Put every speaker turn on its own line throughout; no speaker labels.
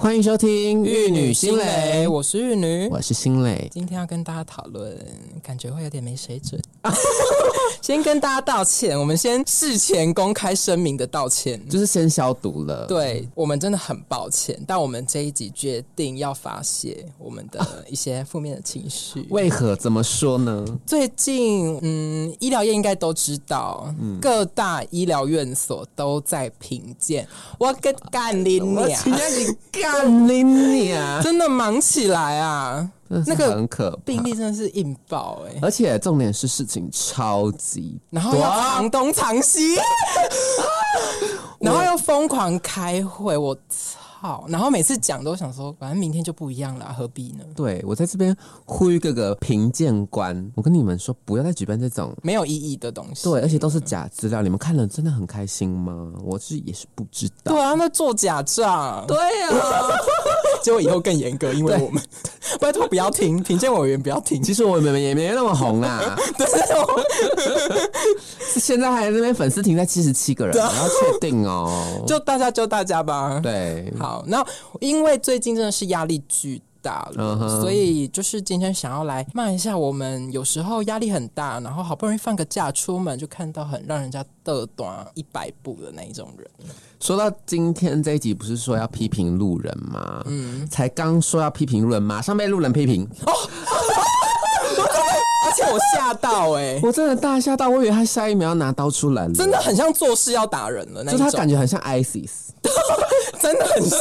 欢迎收听《玉女心蕾》，
我是玉女，
我是心蕾。
今天要跟大家讨论，感觉会有点没水准。 先跟大家道歉，我们先事前公开声明的道歉。
就是先消毒了，
对我们真的很抱歉，但我们这一集决定要发泄我们的一些负面的情 绪。
为何怎么说呢？
最近，嗯，医疗业应该都知道，各大医疗院所都在评鉴。我跟干你
我
娘
今，天你干你娘，
真的忙起来啊！
那个很可怕。
病例真的是引爆哎、
而且重点是事情超级
然后要藏东藏西，然后又疯狂开会，我操！然后每次讲都想说，反正明天就不一样了啊，何必呢？
对我在这边呼吁各个评鉴官，我跟你们说，不要再举办这种
没有意义的东西。
对，而且都是假资料，你们看了真的很开心吗？我是也是不知道
对。啊，那做假账，对啊， 结果以后更严格，因为我们 拜托不要停，评鉴委员不要 停。
其实我们也没那么红 啦，
对，
是现在还在那边粉丝停在七十七个 人，我要确定哦。
就大家就大家吧。
对，
好，那因为最近真的是压力巨大了
嗯哼
所以就是今天想要来骂一下我们，有时候压力很大，然后好不容易放个假出门，就看到很让人家嘚短一百步的那一种人。
说到今天这一集，不是说要批评路人吗？嗯，才刚说要批评路人，马上被路人批评，
而且我吓到哎、
我真的大吓到，我以为他下一秒要拿刀出来了，
真的。很像做事要打人了那
就
一
是他，
种
感觉很像 ISIS，
真的很像。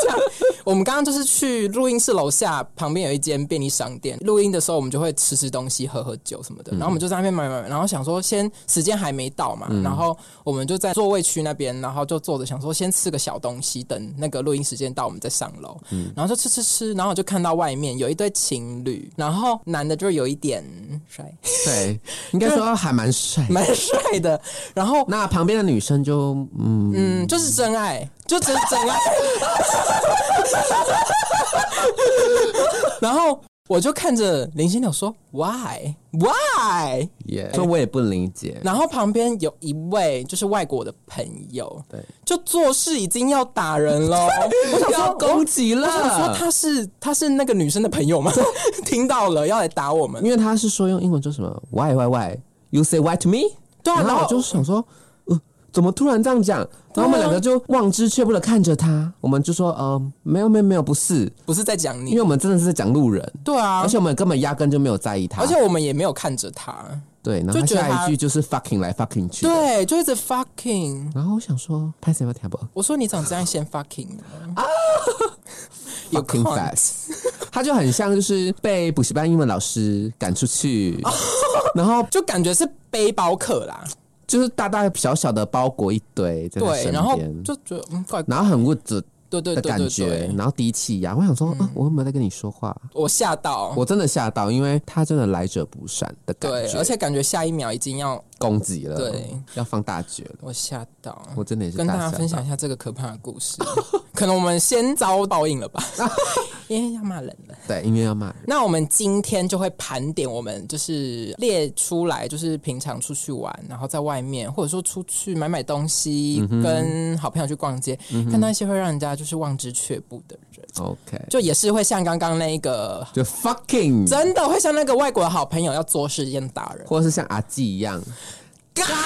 我们刚刚就是去录音室楼下旁边有一间便利商店，录音的时候我们就会吃吃东西、喝喝酒什么的。然后我们就在那边买买买，然后想说先时间还没到嘛，然后我们就在座位区那边，然后就坐着想说先吃个小东西，等那个录音时间到我们再上楼。然后就吃吃吃，然后我就看到外面有一对情侣，然后男的就有一点帅，
对，应该说还蛮帅。
蛮帅的，然后
那旁边的女生就嗯，
嗯，就是真爱，就真真爱。 然后我就看着林心柳说，Why Why？
也、说我也不理解，
然后旁边有一位就是外国的朋友，
对，
就做事已经要打 人了。我想
要
说，
攻击
我想说
了，
他是他是那个女生的朋友吗？ 听到了要来打我们，
因为他是说用英文说什么 why why why you say why to me，
对啊，
然
然
后
后啊
我就想说，呃，怎么突然这样讲？然后我们两个就望之却步的看着他，我们就说，呃，没有没有没有，不是，
不是在讲
因
你
为，我们真的是在讲路人，
对啊
而，且我们根本压根就没有在意他，
而且我们也没有看着他，
对，然后
就觉得
下一
他
句就是 fucking 来 fucking 去，，
对，就一直 fucking。
然后我想说，拍什么 table
我说你长这样先 fucking 啊，有
fucking
cunt
fast，他 就很像就是被补习班英文老师赶出去，
哦
然后
就感觉是背包客啦，
就是大大小小的包裹一堆在他
对，
身
然后
边，
就觉得嗯怪，
然后很物质
对对
的
对
感
对
觉
对，，嗯
然后低气压，我想说，啊，我有没有在跟你说话？
我吓到，
我真的吓到，因为他真的来者不善的感
对，
觉，
而且感觉下一秒已经要
攻击了，
对，
要放大绝了。
我吓到，
我真的也是
跟大家
吓
分享
到，
一下这个可怕的故 事，可能我们先遭报应了吧，因为要骂人了。
对，因为要骂人，
那我们今天就会盘点，我们就是列出来，就是平常出去玩，然后在外面，或者说出去买买东西，
嗯
跟好朋友去逛街，看到一些会让人家就是望之却步的人，
OK，
就也是会像刚刚那一个，
就 fucking，
真的会像那个外国的好朋友要做事一样打人。
或者是像阿纪一样，
干！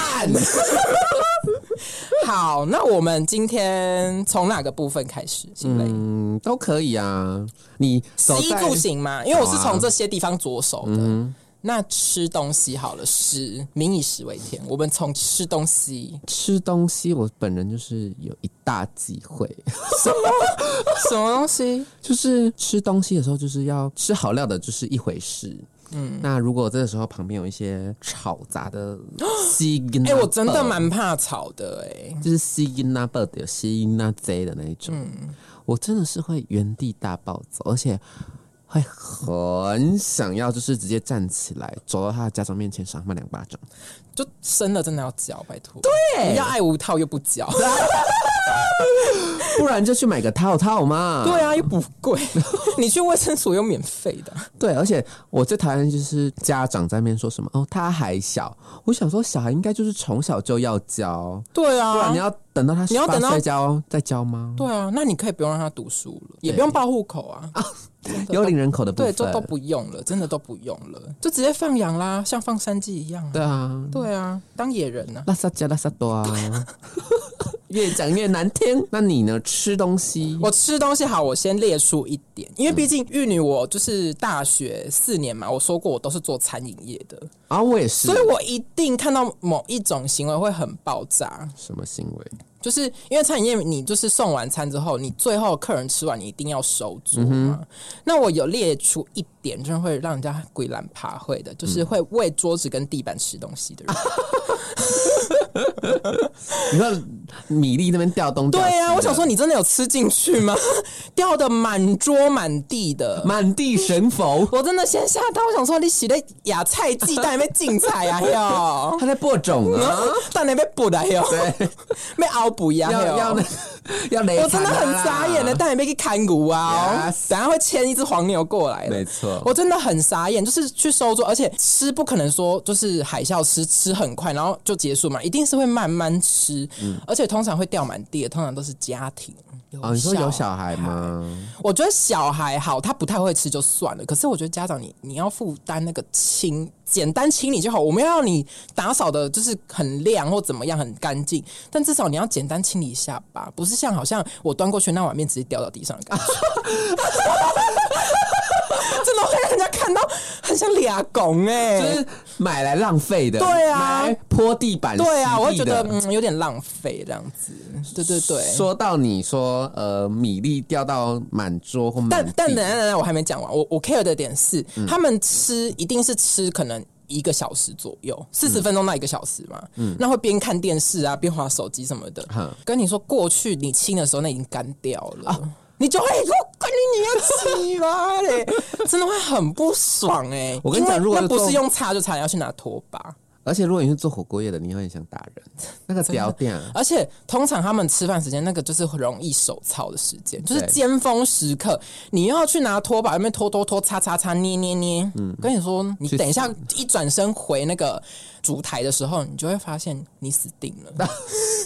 好，那我们今天从哪个部分开始？行嘞，
嗯，都可以啊。你走
衣
在
住行嘛，因为我是从这些地方着手的。那吃东西好了，食民以食为天，我们从吃东西
吃东西，我本人就是有一大忌讳，
什么东西？
就是吃东西的时候，就是要吃好料的，就是一回事。嗯，那如果这个时候旁边有一些吵杂的 西跟，
哎、我真的蛮怕吵的哎、
就是吸音那 bird 有吸音那 Z 的那一种，我真的是会原地大暴走，而且会很想要就是直接站起来走到他的家长面前赏他两巴掌。
就生了真的要教，拜托，对，啊要爱无套又不教，
不然就去买个套套嘛。
对啊，又不贵，你去卫生所又免费的，
对，而且我最讨厌就是家长在那边说什么哦，他还小。我想说，小孩应该就是从小就要教，
对
不然
啊
你，要等到他
你要等到
18岁交再交吗？
对啊，那你可以不用让他读书了，也不用报户口啊，真的
幽
都
灵人口的部
对，
分，
就都不用了，真的都不用了，就直接放养啦，像放山鸡一样、啊。
对啊，
对啊，当野人呢、
拉萨加拉萨多啊，越讲越难听。那你呢？吃东西，
我吃东西好，我先列出一点，因为毕竟玉女我就是大学四年嘛，我说过我都是做餐饮业的，
啊，我也是
所以。我一定看到某一种行为会很爆炸，
什么行为？
就是因为餐饮业，你就是送完餐之后，你最后客人吃完，你一定要收桌嘛。那我有列出一点，就是会让人家鬼懒爬会的，
嗯
就是会为桌子跟地板吃东 西的人。
你说米粒那边掉东掉
对
西的
啊，我想说，你真的有吃进去吗？ 掉的满桌满地的。
满地神佛，
我真的先吓到，我想说你洗的芽菜鸡蛋被竞 彩啊哟，
他在播种啊，
蛋那被补的哟，
对，
被熬补呀
要要
哟
那，要啊雷，
嗯我真的很傻眼的，，蛋也被去砍骨啊
Yes！
等下会牵一只黄牛过来的
没。错，
我真的很傻眼，就是去收桌，而且吃不可能说就是海啸吃吃很快，然后就结束嘛，一定是会慢慢吃，而且通常会掉满地的，通常都是家庭。
嗯哦，你说有小孩吗？
我觉得小孩好，他不太会吃就算了，可是我觉得家长你你要负担那个清，简单清理就好。我们要让你打扫的就是很亮或怎么样很干净，但至少你要简单清理一下吧，不是像好像我端过去那碗面直接掉到地上的感觉。 真的会让人家看到很像俩拱哎、
就是买来浪费的，
对啊
买来泼地板，
对啊，
洗地
我会觉得
的
嗯有点浪费这样子，对对对。
说到你说呃，米粒掉到满桌或满
但
地，
但等等等等，我还没讲完。我我 care 的点是，他们吃一定是吃可能一个小时左右，四
嗯
十分钟到一个小时嘛。那会边看电视啊，边划手机什么的。
哼
跟你说，过去你亲的时候，那已经干掉了。
啊
你就会说：“干你你要起来嘞！”真的会很不爽哎、
我跟你讲
因为
如果
那不
做
是用擦就擦，你要去拿拖把。
而且如果你是做火锅业的，你会很想打人，那个啊屌屌。
而且通常他们吃饭时间那个就是很容易手操的时间，就是
对
尖峰时刻，你又要去拿拖把那边拖拖拖、擦擦擦、捏捏捏。嗯，跟你说，你
去
等一下一转身回那个烛台的时候，你就会发现你死定了，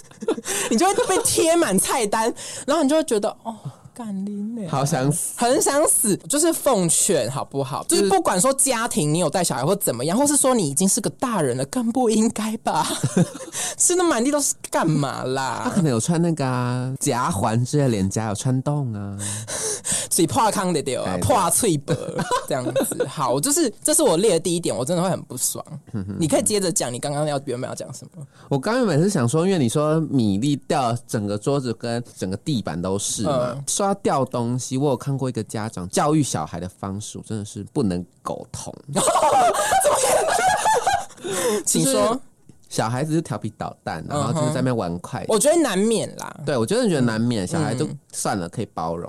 你就会被贴满菜单，然后你就会觉得哦，干你呢。
好想死！
很想死，就是奉劝好不好？就是不管说家庭你有带小孩或怎么样，或是说你已经是个大人了，更不应该吧？吃的满地都是干嘛
他
啦？
可能有穿那个啊夹环之类的，脸颊有穿洞啊。
嘴破康的丢啊
哎，对
破脆薄这样子。好，就是这是我列的第一点，我真的会很不爽。你可以接着讲，你刚刚要原本要讲什么？
我刚原本是想说，因为你说米粒掉整个桌子跟整个地板都是嘛，
嗯
说到掉东西，我有看过一个家长教育小孩的方式，我真的是不能苟同。
请
就是
说。
小孩子就调皮捣蛋，然后就是在那边玩快乐。
我觉得难免啦，
对，我真的觉得难免，小孩就
嗯
算了，可以包容。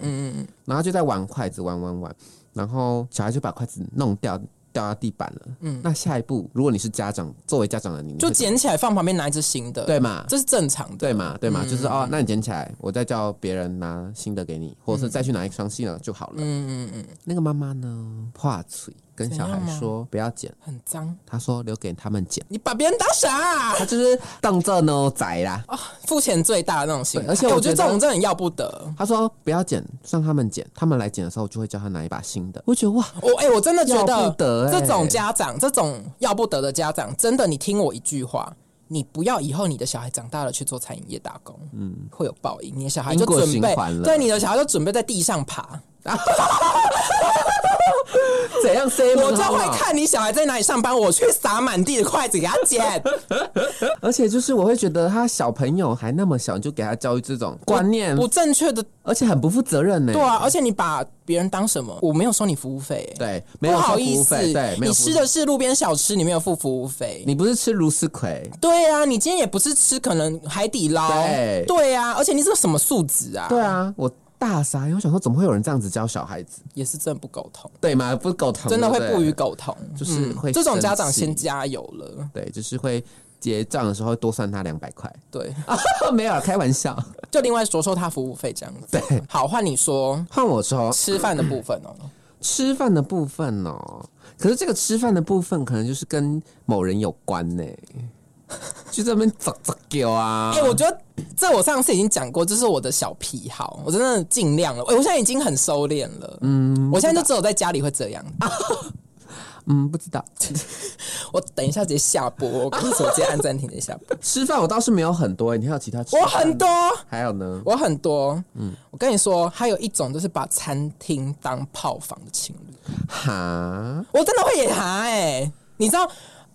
然后就在玩筷子，玩玩玩，然后小孩就把筷子弄掉，掉到地板了。那下一步，如果你是家长，作为家长的你，你
嗯就
会
捡嗯起来放旁边拿一只新的，
对嘛？
这是正常的。
对嘛，对嘛，就是哦，那你捡起来，我再叫别人拿新的给你，或者是再去拿一双新的就好了。
嗯嗯嗯，
那个妈妈呢，破嘴跟小
怎样
孩
啊
说不要捡，
很脏，
她说留给他们 捡，
你把别人当傻啊、
她就是当这呢仔啦。
付钱最大的那种心态，
对而且我
我觉
觉得
得这种真的很要不得。
她说不要捡，让他们捡，他们来捡的时候，我就会叫他拿一把新的。我觉得哇，
我哎、我真的觉
要不得
得
欸
这种家长，这种要不得的家长，真的，你听我一句话。你不要以后你的小孩长大了去做餐饮业打工，嗯，会有报应。你的小孩就
因果
准
循
备
环了
对你的小孩就准备在地上爬，
怎样 say
我就会
哦
看你小孩在哪里上班，我去撒满地的筷子给他捡。
而且就是我会觉得他小朋友还那么小，你就给他教育这种 观念，
不正确的，
而且很不负责任呢、
对啊，而且你把别人当什么？我没有收你服务费、欸，
对，没有
不好
付服
意
务
思
费，对，，没有付
你吃的是路边小吃，你没有付服务费，
你不是吃芦丝葵，
对啊，你今天也不是吃可能海底捞，
对
啊，而且你这什么素质啊？
对，啊，我大傻眼，我想说怎么会有人这样子教小孩子，
也是真的不沟通，
对吗？不苟同，
真的会
对
不
对
予沟通，
就是会
这种家
生
长
气
先加油了，
对，就是会结账的时候多算他两百块，
对，
没有啊，开玩笑。
就另外说说他服务费这样子。
对，啊
好，换你说
换我说
吃饭的部分 哦，
吃饭的部分哦，可是这个吃饭的部分可能就是跟某人有关呢、去这边走走狗啊！
哎、我觉得这我上次已经讲过，这是我的小癖好，我真的尽量了。哎、我现在已经很收敛了，嗯，我现在就只有在家里会这样。啊
嗯，不知道
我等一下直接下播，我跟你说，我直接按暂停，直接下播。
吃饭我倒 是没有很多、欸你还有其他吃？
我很，多，
还有呢？
我很多，嗯，我跟你说，还有一种就是把餐厅当炮房的情侣，
哈，
我真的会野他哎、你知道。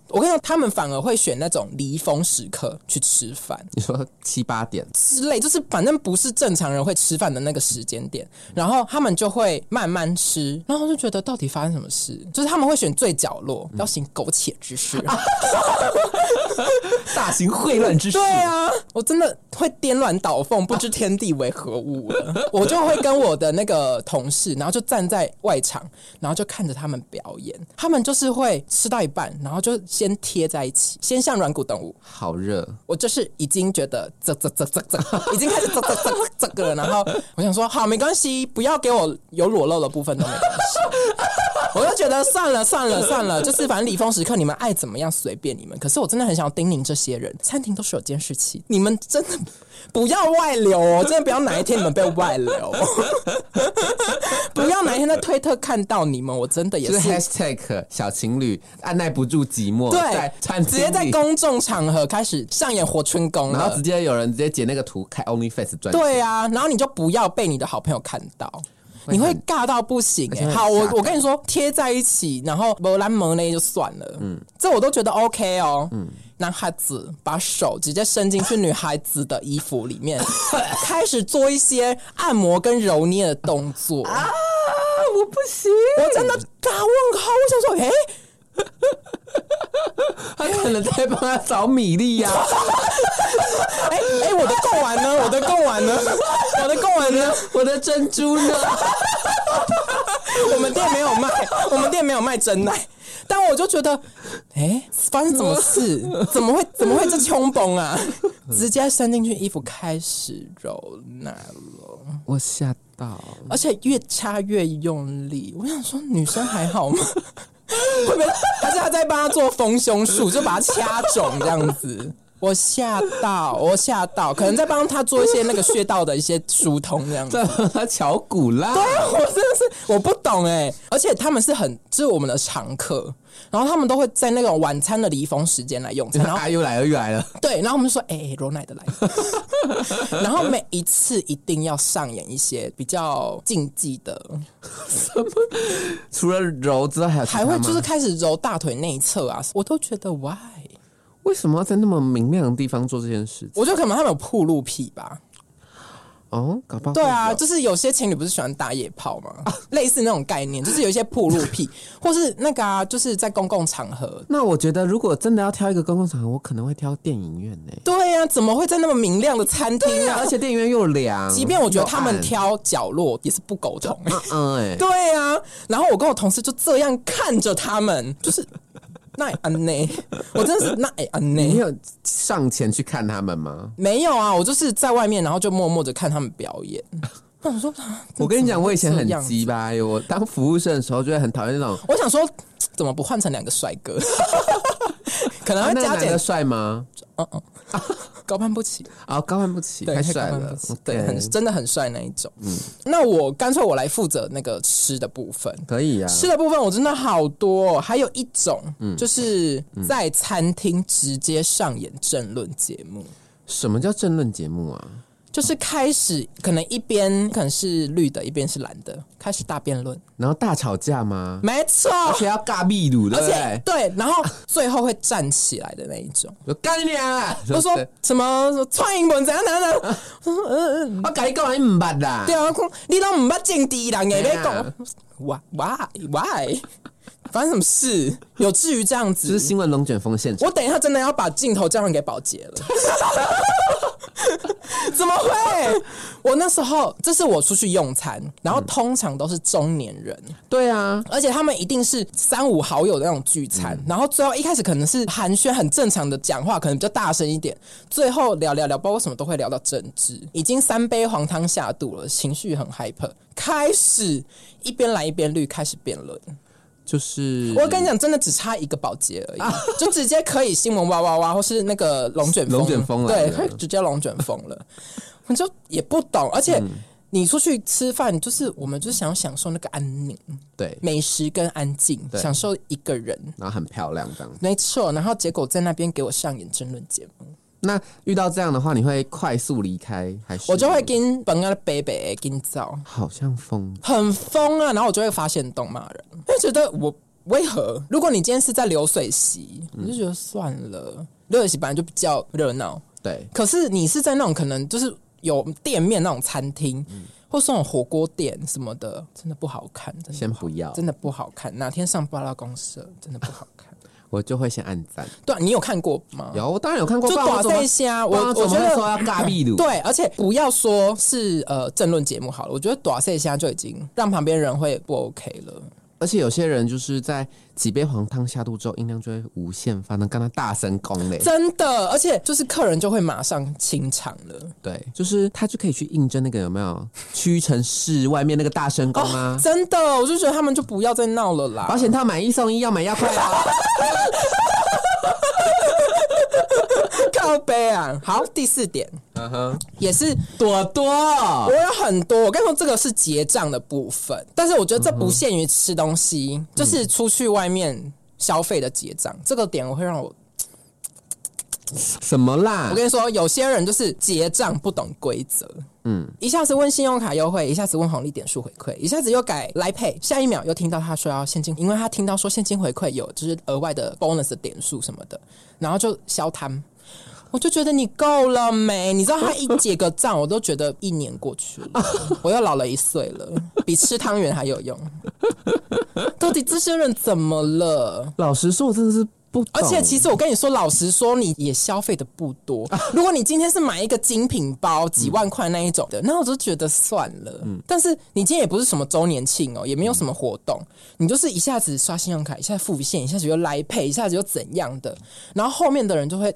我跟你说，他们反而会选那种离峰时刻去吃饭
你说七八点，
之类，就是反正不是正常人会吃饭的那个时间点，然后他们就会慢慢吃，然后我就觉得到底发生什么事？就是他们会选最角落，要行苟且之事。
大型混乱之
对啊，我真的会颠鸾倒凤，不知天地为何物了。 我就会跟我的那个同事，然后就站在外场，然后就看着他们表演。他们就是会吃到一半，然后就先贴在一起，先像软骨动物。
好热，
我就是已经觉得啧啧啧啧 啧，已经开始啧啧啧啧啧了。然后我想说，好，没关系，不要给我有裸露的部分都没关系。 我就觉得算了算了算了，就是反正礼峰时刻你们爱怎么样随便你们。可是我真的很想要叮咛这些人，餐厅都是有监视器，你们真的不要外流哦，真的不要哪一天你们被外流，哦 不要哪一天在推特看到你们，我真的也
就是是 hashtag 小情侣按耐不住寂寞，
对
在餐，
直接 在
厅里
公众场合开始上演活春宫
然
了
后直。接有人直接截那个图开 OnlyFans 专辑，
对啊，然后你就不要被你的好朋友看到。
会
你会
很
尬到不行、
而且
欸、
会很
好，我
吓
我
到
跟你说，贴在一起，然后摩兰摩那就算了，嗯，这我都觉得 OK 哦，嗯，男孩子把手直接伸进去女孩子的衣服 里面，开始做一些按摩跟揉捏的动作，
啊，我不行，
我真的打问号，我想说，哎、
他可能在帮他找米粒呀、
哎哎，我的贡丸呢？我的贡丸呢？我的贡丸呢？
我的珍珠呢？
我们店没有卖，我们店没有卖真奶。但我就觉得，哎、发生什么事？怎么会怎么会这冲崩啊？直接伸进去衣服开始揉奶了，
我吓到，
而且越掐越用力。我想说，女生还好吗？会不会还是他在帮他做丰胸术，就把他掐肿这样子？我吓到，我吓到，可能在帮他做一些那个穴道的一些疏通这样子。
在帮 他敲鼓啦。
我真的是我不懂哎、而且他们是很就是我们的常客，然后他们都会在那种晚餐的离峰时间来用餐， 然后
啊，又来了，又来了！
对，然后我们就说哎、欸揉奶的来， 然后每一次一定要上演一些比较禁忌的，
除了柔之外，还有其他
还会
吗
就是开始揉大腿内侧啊，我都觉得 why，
为什么要在那么明亮的地方做这件事情？
我觉得可能他们有铺路癖吧，
哦，搞不好
对啊，
会有
就是有些情侣不是喜欢打野炮吗？ 类似那种概念，就是有一些铺路癖，或是那个啊，就是在公共场合
那我觉得如果真的要挑一个公共场合，我可能会挑电影院呢、
对呀、怎么会在那么明亮的餐厅啊？
而且电影院又凉，
即便我觉得他们
又暗，
挑角落也是不苟同、
嗯嗯、哎，
对呀、然后我跟我同事就这样看着他们，就是那也安内，我真的是那也安
你
内。
有上前去看他们吗？
没有啊，我就是在外面，然后就默默的看他们表演。那我说，啊
我跟你讲，我以前很
这样子
鸡巴，我当服务生的时候就会很讨厌那种。
我想说，怎么不换成两个帅哥？ 可能
啊、
会
那个
加
男
减
的，帅吗？
嗯嗯，高攀不起。
啊、高攀不起，
对，
太帅
高攀
了
不起，对，
OK 嗯
很真的很帅那一种。那我干脆我来负责那个吃的部分。
可以啊。嗯
吃的部分我真的好多、哦，还有一种、就是在餐厅直接上演政论节目，
什么叫政论节目啊？
就是开始可能一边可能是绿的，一边是蓝的，开始大辩论，
然后大吵架吗？
没错，
而且要尬秘鲁， 对
而
不
且
对？
对，然后最后会站起来的那一种，
我干你娘啊！
就说
对
什么蔡英文怎样怎样 怎样，呃
我跟你讲，你唔捌啦
对。啊，讲你都唔捌政治人
对
嘅，你
啊
讲 why why why，发生什么事？有至于这样
这是
子？
新闻龙卷风现场，
我等一下真的要把镜头交还给宝洁 了。怎么会？我那时候，这是我出去用餐，然后通常都是中年人，
对啊，
而且他们一定是三五好友的那种聚餐，
嗯
然后最后一开始可能是寒暄，很正常的讲话，可能比较大声一点，最后聊聊聊，包括什么都会聊到政治，已经三杯黄汤下
嗯
肚了，情绪很 hyper，开始一边蓝一边绿开始辩论，
就是
我跟你讲，真的只差一个保洁而已，
啊
就直接可以新闻哇哇哇，或是那个龙卷
龙卷风来
对，
了
他直接龙卷风了。 我就也不懂，
嗯
而且你出去吃饭，就是我们就是想要享受那个安宁、
对，
美食跟安静，
对
享受一个人。
然后很漂亮这样。
没错，然后结果在那边给我上演争论节目，
那遇到这样的话，你会快速离开还是？
我就会跟本个北北跟照，
好像疯
很疯啊，然后我就会发现动骂人，因为觉得我为何？如果你今天是在流水席，
嗯
我就觉得算了，流水席本来就比较热闹，
对
可是你是在那种可能就是有店面那种餐厅，
嗯
或是那种火锅店什么的，真的不好看，真的
先不要，
真的不好看。哪天上巴拉公社，真的不好看。
我就会先按赞。
对啊、你有看过吗？
有，我当然有看过，
就
不然我
短
怎么
在下，
不
我
然
我
怎
觉
么会
得
说要尬壁炉？
对，而且不要说是呃政论节目好了，我觉得短赛下就已经让旁边人会不 OK 了。
而且有些人就是在几杯黄汤下肚之后，音量就会无限发，能跟他大声攻嘞。
真的，而且就是客人就会马上清场了。
对，就是他就可以去应征那个有没有屈臣氏外面那个大声公 啊？
哦真的，我就觉得他们就不要再闹了啦。
保险套买一送一，要买要快啊！
靠背啊，好，第四点
嗯哼，
也是
朵朵
我，有很多，我跟你说，这个是结账的部分，但是我觉得这
嗯
不限于吃东西，就是出去外面消费的结账，这个点我会让我，
什么啦
我？跟你说，有些人就是结账不懂规则，嗯，一下子问信用卡优惠，一下子问红利点数回馈，一下子又改来配，下一秒又听到他说要现金，因为他听到说现金回馈有就是额外的 bonus 的点数什么的，然后就消摊。我就觉得你够了没？你知道他一结个账，我都觉得一年过去了，我又老了一岁了，比吃汤圆还有用。到底这些人怎么了？
老实说，我真的是不懂。
而且其实我跟你说，老实说，你也消费的不多。如果你今天是买一个精品包，几万块那一种的，那我就觉得算了。但是你今天也不是什么周年庆哦，也没有什么活动，你就是一下子刷信用卡，一下子付现，一下子又来配，一下子又怎样的，然后后面的人就会。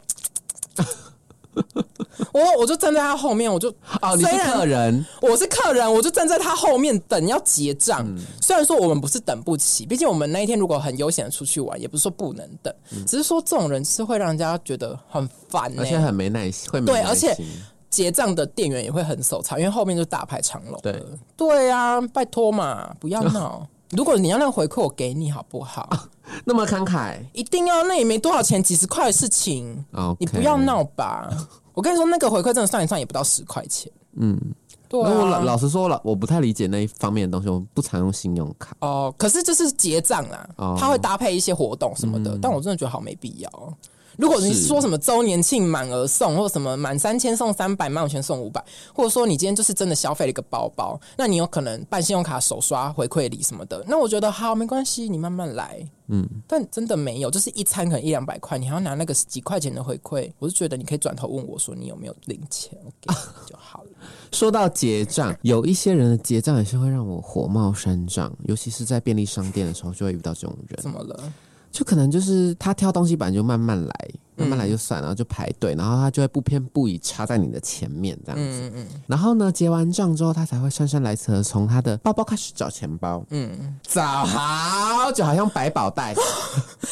我我就站在他后面，我就
哦，你是
虽然
客人，
我是客人，我就站在他后面等要结账。
嗯
虽然说我们不是等不起，毕竟我们那一天如果很悠闲的出去玩，也不是说不能等，只是说这种人是会让人家觉得很烦、欸，
嗯而且很没耐心，会没
对
耐
而且
心
结账的店员也会很手残，因为后面就大排长龙了。
对
对啊，拜托嘛，不要闹。 如果你要那个回馈，我给你好不好？
那么慷慨。
一定要，那也没多少钱，几十块的事情
OK
你不要闹啊吧。我跟你说，那个回馈真的算一算也不到十块钱。嗯，对、啊。
那我老老实说，我老我不太理解那一方面的东西，我不常用信用卡。
哦，可是就是结账啦，
哦
它会搭配一些活动什么的，但我真的觉得好没必要哦。如果你
是
说什么周年庆满额送，或者什么满三千送三百，满五千送五百，或者说你今天就是真的消费了一个包包，那你有可能办信用卡手刷回馈礼什么的，那我觉得好没关系，你慢慢来。嗯，但真的没有，就是一餐可能一两百块，你还要拿那个几块钱的回馈，我就觉得你可以转头问我说你有没有零钱，我给你就好了。
说到结账，有一些人的结账也是会让我火冒三丈，尤其是在便利商店的时候，就会遇到这种人，
怎么了？
就可能就是他挑东西本来就慢慢来，
嗯
慢慢来就算，然后就排队，然后他就会不偏不倚插在你的前面这样子。
嗯嗯，
然后呢，结完账之后，他才会姗姗来迟的从他的包包开始找钱包，嗯，找好久，好像百宝袋，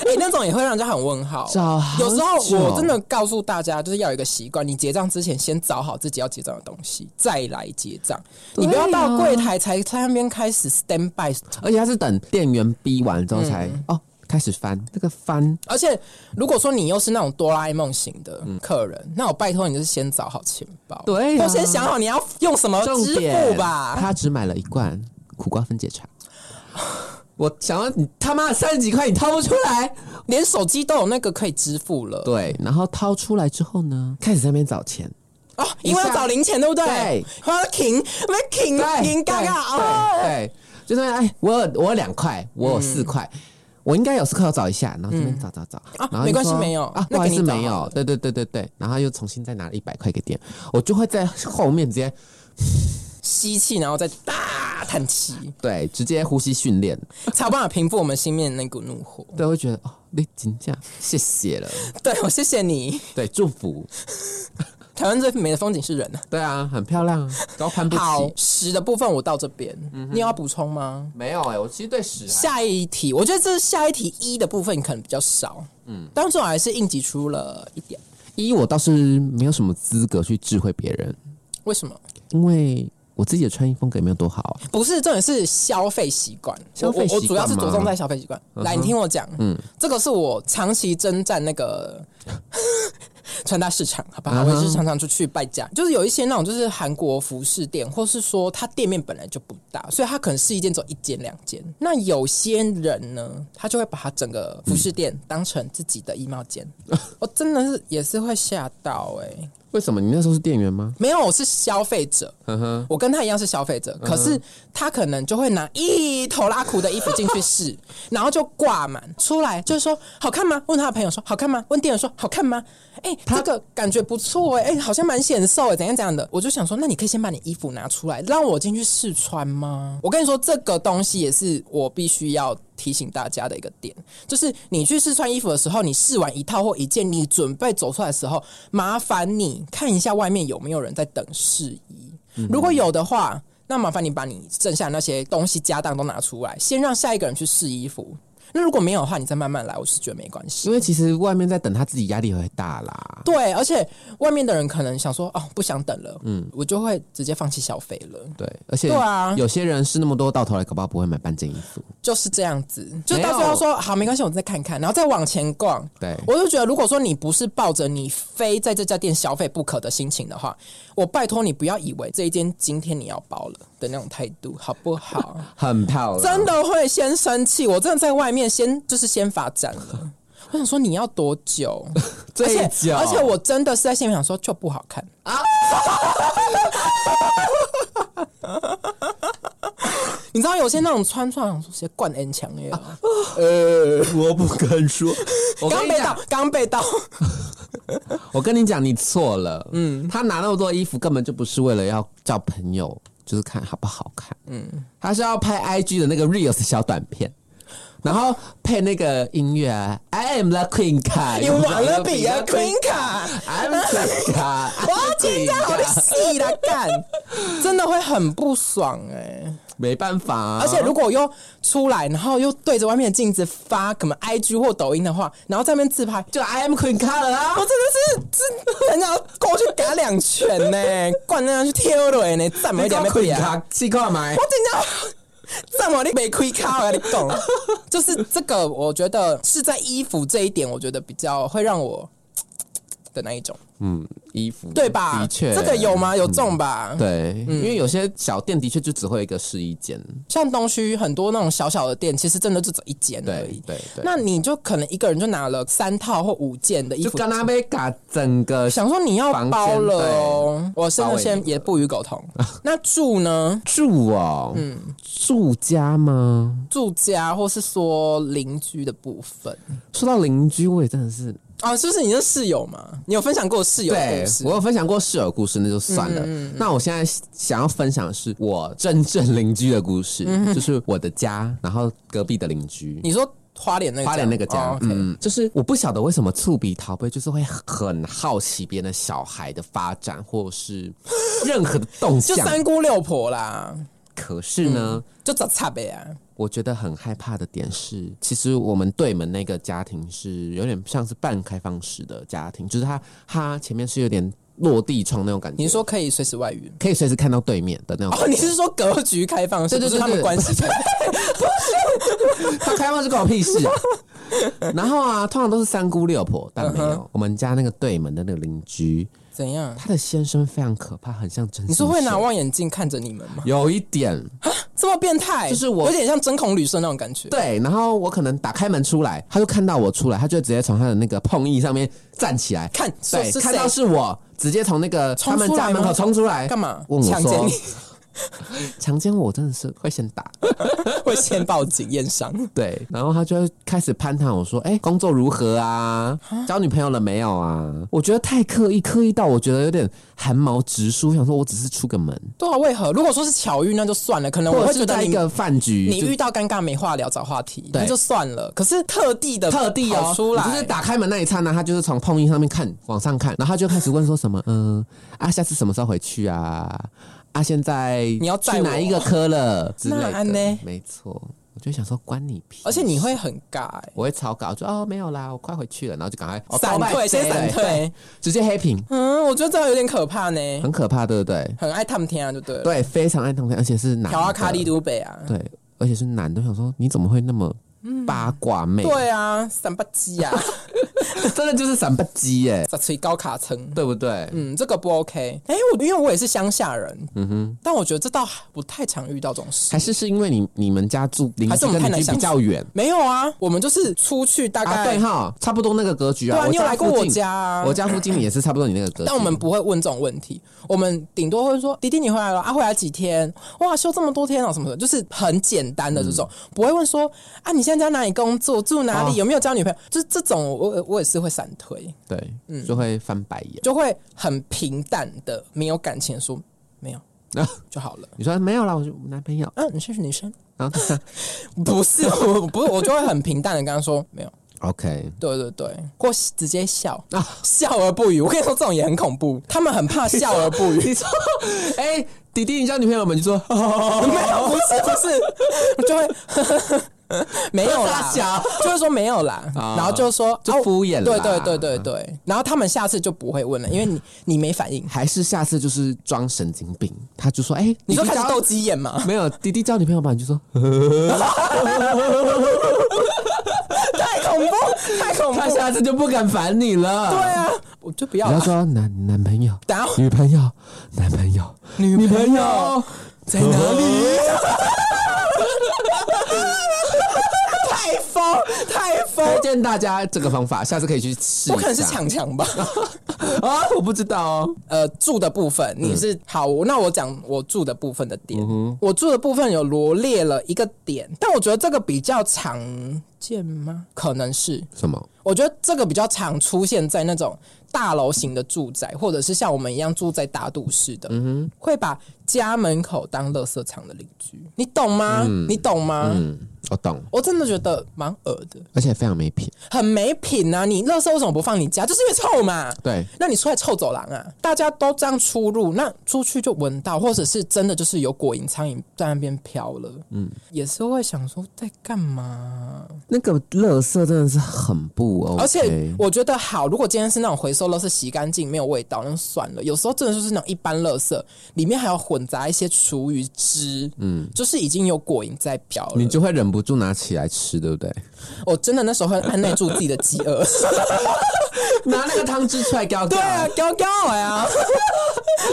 哎、那种也会让人家很问号。
找好久
有时候我真的告诉大家，就是要有一个习惯，你结账之前先找好自己要结账的东西，再来结账。
对
你
啊
不要到柜台才在那边开始 stand by。
而且他是等店员逼完之后才、哦开始翻，这个翻
而且如果说你又是那种哆啦 A 梦型的客人，那我拜托你就是先找好钱包，
对啊
或先想好你要用什么
重
支
点
付吧。
他只买了一罐苦瓜分解茶。 我想要你他妈三十几块，你掏不出来。
连手机都有那个可以支付了
对，然后掏出来之后呢，开始在那边找钱。
哦，因为要找零钱，对不对？
对，
我要停，我要停，停，嘎嘎
对
哦。
对，就是哎，我有我有两块，我有四块。我应该有四块，我找一下，然后这边找找找，
嗯啊
然后就说
没关系没有
啊，不
那
好
给
意
你
思
找
没
好
有，
了
对对对对对，然后又重新再拿了一百块给店，我就会在后面直接
吸气，然后再大叹气。
对直接呼吸训练，
才有办法平复我们心里面的那股怒火。
对，会觉 得哦，你金价谢谢了，
对我谢谢你，
对，祝福。
台湾最美的风景是人啊。
对啊，很漂亮，啊，高攀不
好
起，。嗯
十的部分我到这边，你有要补充吗？
没有哎、我其实对屎还
下一题，我觉得这是下一题一的部分可能比较少，嗯，但是我还是应急出了一点。
一我倒是没有什么资格去智慧别人，
为什么？
因为我自己的穿衣风格也没有多好啊。
不是，重点是消费习惯。
消费习惯
我我我主要是
吗
着重在消费习惯。来，你听我讲，嗯，这个是我长期征战 那个穿搭市场，好不好？
嗯
我
哼
也是常常出去败家，就是有一些那种就是韩国服饰店，或是说它店面本来就不大，所以它可能试衣间只有一间两间。那有些人呢，他就会把它整个服饰店当成自己的衣帽 间，我真的是也是会吓到哎、
为什么你那时候是店员吗？
没有，我是消费者。
呵呵，
我跟他一样是消费者，可是他可能就会拿一头拉苦的衣服进去试，然后就挂满出来，就是说好看吗？问他的朋友说好看吗？问店员说好看吗？哎、这个感觉不错哎、哎、好像蛮显瘦哎、怎样怎样的？我就想说，那你可以先把你衣服拿出来，让我进去试穿吗？我跟你说，这个东西也是我必须要。提醒大家的一个点，就是你去试穿衣服的时候，你试完一套或一件，你准备走出来的时候，麻烦你看一下外面有没有人在等试衣。
嗯
如果有的话，那麻烦你把你剩下那些东西家当都拿出来，先让下一个人去试衣服。那如果没有的话，你再慢慢来，我是觉得没关系。
因为其实外面在等他自己压力会大啦。
对，而且外面的人可能想说，哦，不想等了，嗯，我就会直接放弃消费了，
对，而且
对啊
有些人试那么多，到头来搞不好不会买半件衣服。
就是这样子。就
没有
到最后说，好，没关系，我再看看，然后再往前逛。
对
我就觉得，如果说你不是抱着你非在这家店消费不可的心情的话，我拜托你不要以为这一间今天你要包了的那种态度，好不好？
很漂亮，
真的会先生气，我真的在外面先就是先罚站了。我想说你要多久？而
最
且
久
而且我真的是在现场想说就不好看啊！ 你知道有些那种穿穿想说直接灌 N 墙哎，
呃，我不敢说。我跟
刚
你
被
讲
盗，，刚被盗，
我跟你讲，你错了。嗯，他拿那么多衣服，根本就不是为了要叫朋友，就是看好不好看。嗯，他是要拍 IG 的那个 reels 小短片。然后配那个音乐啊，I am the Queen 卡，
你玩了比啊 Queen 卡，
I'm the Queen 卡，
哇，紧张好的戏啦，干，真的会很不爽哎、
没办法啊，
而且如果又出来，然后又对着外面的镜子发可能 IG 或抖音的话，然后在那边自拍，
就 I am Queen 卡了啊
我，真的是真很想过去给他两拳呢、 灌那样去贴了呢，站没
你
点
讲
没变
Queen
啊！
卡，气看买
我，真 的站我你没亏卡，我跟你讲， 就是这个，我觉得是在衣服这一点，我觉得比较会让我的那一种，
嗯，衣服
对吧？
的确，
这个有嗯吗？有中吧？
对，因为有些小店的确就只会有一个试衣间，
像东区很多那种小小的店，其实真的就只有一间而
对
已。
对对。
那你就可能一个人就拿了三套或五件的衣
就
服，嗯
跟他被嘎整个
想说你要包了哦，我甚至
包围
先
你
也不予苟同。 那住呢？
住哦，住家吗？
住家或是说邻居的部分
说到邻居，我也真的是，
哦，是不是你的室友嘛？你有分享过室友的故事嗯
我？有分享过室友故事，那就算了。那我现在想要分享的是我真正邻居的故事，
嗯
就是我的家，然后隔壁的邻居。
你说花莲那个
花莲那个家，
哦 OK
嗯，就是我不晓得为什么醋鼻桃贝就是会很好奇别人的小孩的发展，或是任何的动
就
向。
三姑六婆啦，
可是呢，
就找差呗啊。
我觉得很害怕的点是，其实我们对门那个家庭是有点像是半开放式的家庭，就是它它前面是有点落地窗那种感觉，
你说可以随时外遇
可以随时看到对面的那种。
哦？你是说格局开放是
对
不
对
是
对
他们
对
关系 开放？
它开放是关我屁 事啊、然后啊，通常都是三姑六婆，但没有、
嗯
我们家那个对门的那个邻居，
怎样？
他的先生非常可怕，很像真。
你说会拿？望远镜看着你们吗？
有一点
这么变态，
就是我
有点像针孔旅社那种感觉。
对，然后我可能打开门出来，他就看到我出来，他就直接从他的那个碰椅上面站起来，
看说
对
是，
看
谁
到是我，直接从那个
冲
他们
出来
家门
吗
口冲出来，
干嘛
问我
抢劫
说
你？
强奸我真的是会先打，
会先报警验伤。
对，然后他就会开始攀谈我说：“哎、工作如何啊？交女朋友了没有啊？”我觉得太刻意，刻意到我觉得有点寒毛直竖，想说我只是出个门，
对啊，为何？如果说是巧遇，那就算了，可能我
或者
会觉
是
得
在一
你
个饭局，
你
就
遇到尴尬没话聊找话题，
对
那就算了。可是特地的
特地哦
跑，出来，
你就是打开门那一刹那，他就是从碰印上面看往上看，然后他就开始问说什么，嗯啊，下次什么时候回去啊？啊，现在
你要载
去
我
哪一个科了之类
那
的？
安呢
没错，我就想说关你屁事，
而且你会很尬、欸，
我会超搞，我说哦没有啦，我快回去了，然后就赶快 哦
闪
告白
退，先
对
闪退。
直接黑屏，
嗯，我觉得这样有点可怕呢，
很可怕，对不对？
很爱探听啊，就对了。
对，非常爱同情，而且是男
调啊
的，
卡利都北啊，
对，而且是男的，我想说你怎么会那么八卦妹？
对啊，三八鸡 啊，
真的就是闪不鸡耶，
十吹高卡层。
对不对？
嗯，这个不 OK。哎、我因为我也是乡下人，嗯哼，但我觉得这倒不太常遇到这种事
还。是是因为你你们家住邻
还是
居
我们
跟
太难
邻居
相
比
处
较远
没有啊，我们就是出去大概、
啊？对哈，差不多那个格局啊。
对啊
我
你有来过
附
我
近
家啊
我家附近也是差不多你那个格局。
但我们不会问这种问题，我们顶多会说：“弟弟，你回来了啊？回来几天？哇，休这么多天哦了、什么的，就是很简单的这种，不会问说啊，你现在在哪里工作，住哪
嗯
里，
哦
有没有交女朋友？就是这种我，我我也是会闪退，
对，
嗯
就会翻白眼。
就会很平淡的，没有感情地说没有
啊
就好了。
你说没有啦，我是男朋友，
嗯、你是女生？
然后他
不是，我不是，我就会很平淡的跟他说没有。
OK，
对对对，或直接笑
啊
笑而不语。我跟你说，这种也很恐怖，他们很怕笑 而不语。
你说，哎、弟弟，你交女朋友吗？你说，
没有，不是不是，我就会 没有啦
大小，
就是说没有啦，
啊
然后就说
就
啊
敷衍啦
对对对对对，然后他们下次就不会问了，因为你你没反应，
还是下次就是装神经病，他就说，哎、弟
你说
弟
开始
交
斗鸡眼嘛？
没有，弟弟交女朋友吧？你就 说
太恐怖，太恐怖
他，下次就不敢烦你了。
对啊，我就不要
你要
了。
说男男朋友、
然后
女朋友、男朋友、
女
朋
朋友
友在哪 里？
太疯，太疯，
推荐大家这个方法，下次可以去试一下。
不可能是抢强吧？
啊，我不知道哦。
呃，住的部分
嗯
你是、好，那我讲我住的部分的点，我住的部分有罗列了一个点，但我觉得这个比较常见吗？可能是，
什么？
我觉得这个比较常出现在那种大楼型的住宅，或者是像我们一样住在大都市
嗯
的，会把家门口当垃圾场的邻居，你懂吗？你懂吗？
嗯，我懂，
我真的觉得蛮恶的，
而且非常没品。
很没品啊！你垃圾为什么不放你家？就是因为臭嘛。
对，
那你出来臭走廊啊，大家都这样出入，那出去就闻到，或者是真的就是有果蝇、苍蝇在那边飘了，嗯，也是会想说在干嘛？
那个垃圾真的是很不 OK，
而且我觉得好，如果今天是那种回收垃圾洗干净没有味道，那就算了。有时候真的就是那种一般垃圾，里面还有混杂一些厨余汁，嗯，就是已经有果蝇在飘了
你。就会忍不住拿起来吃，对不对？
我真的那时候会按耐住自己的饥 饿。
拿那个汤汁出来给我
对啊，高高呀，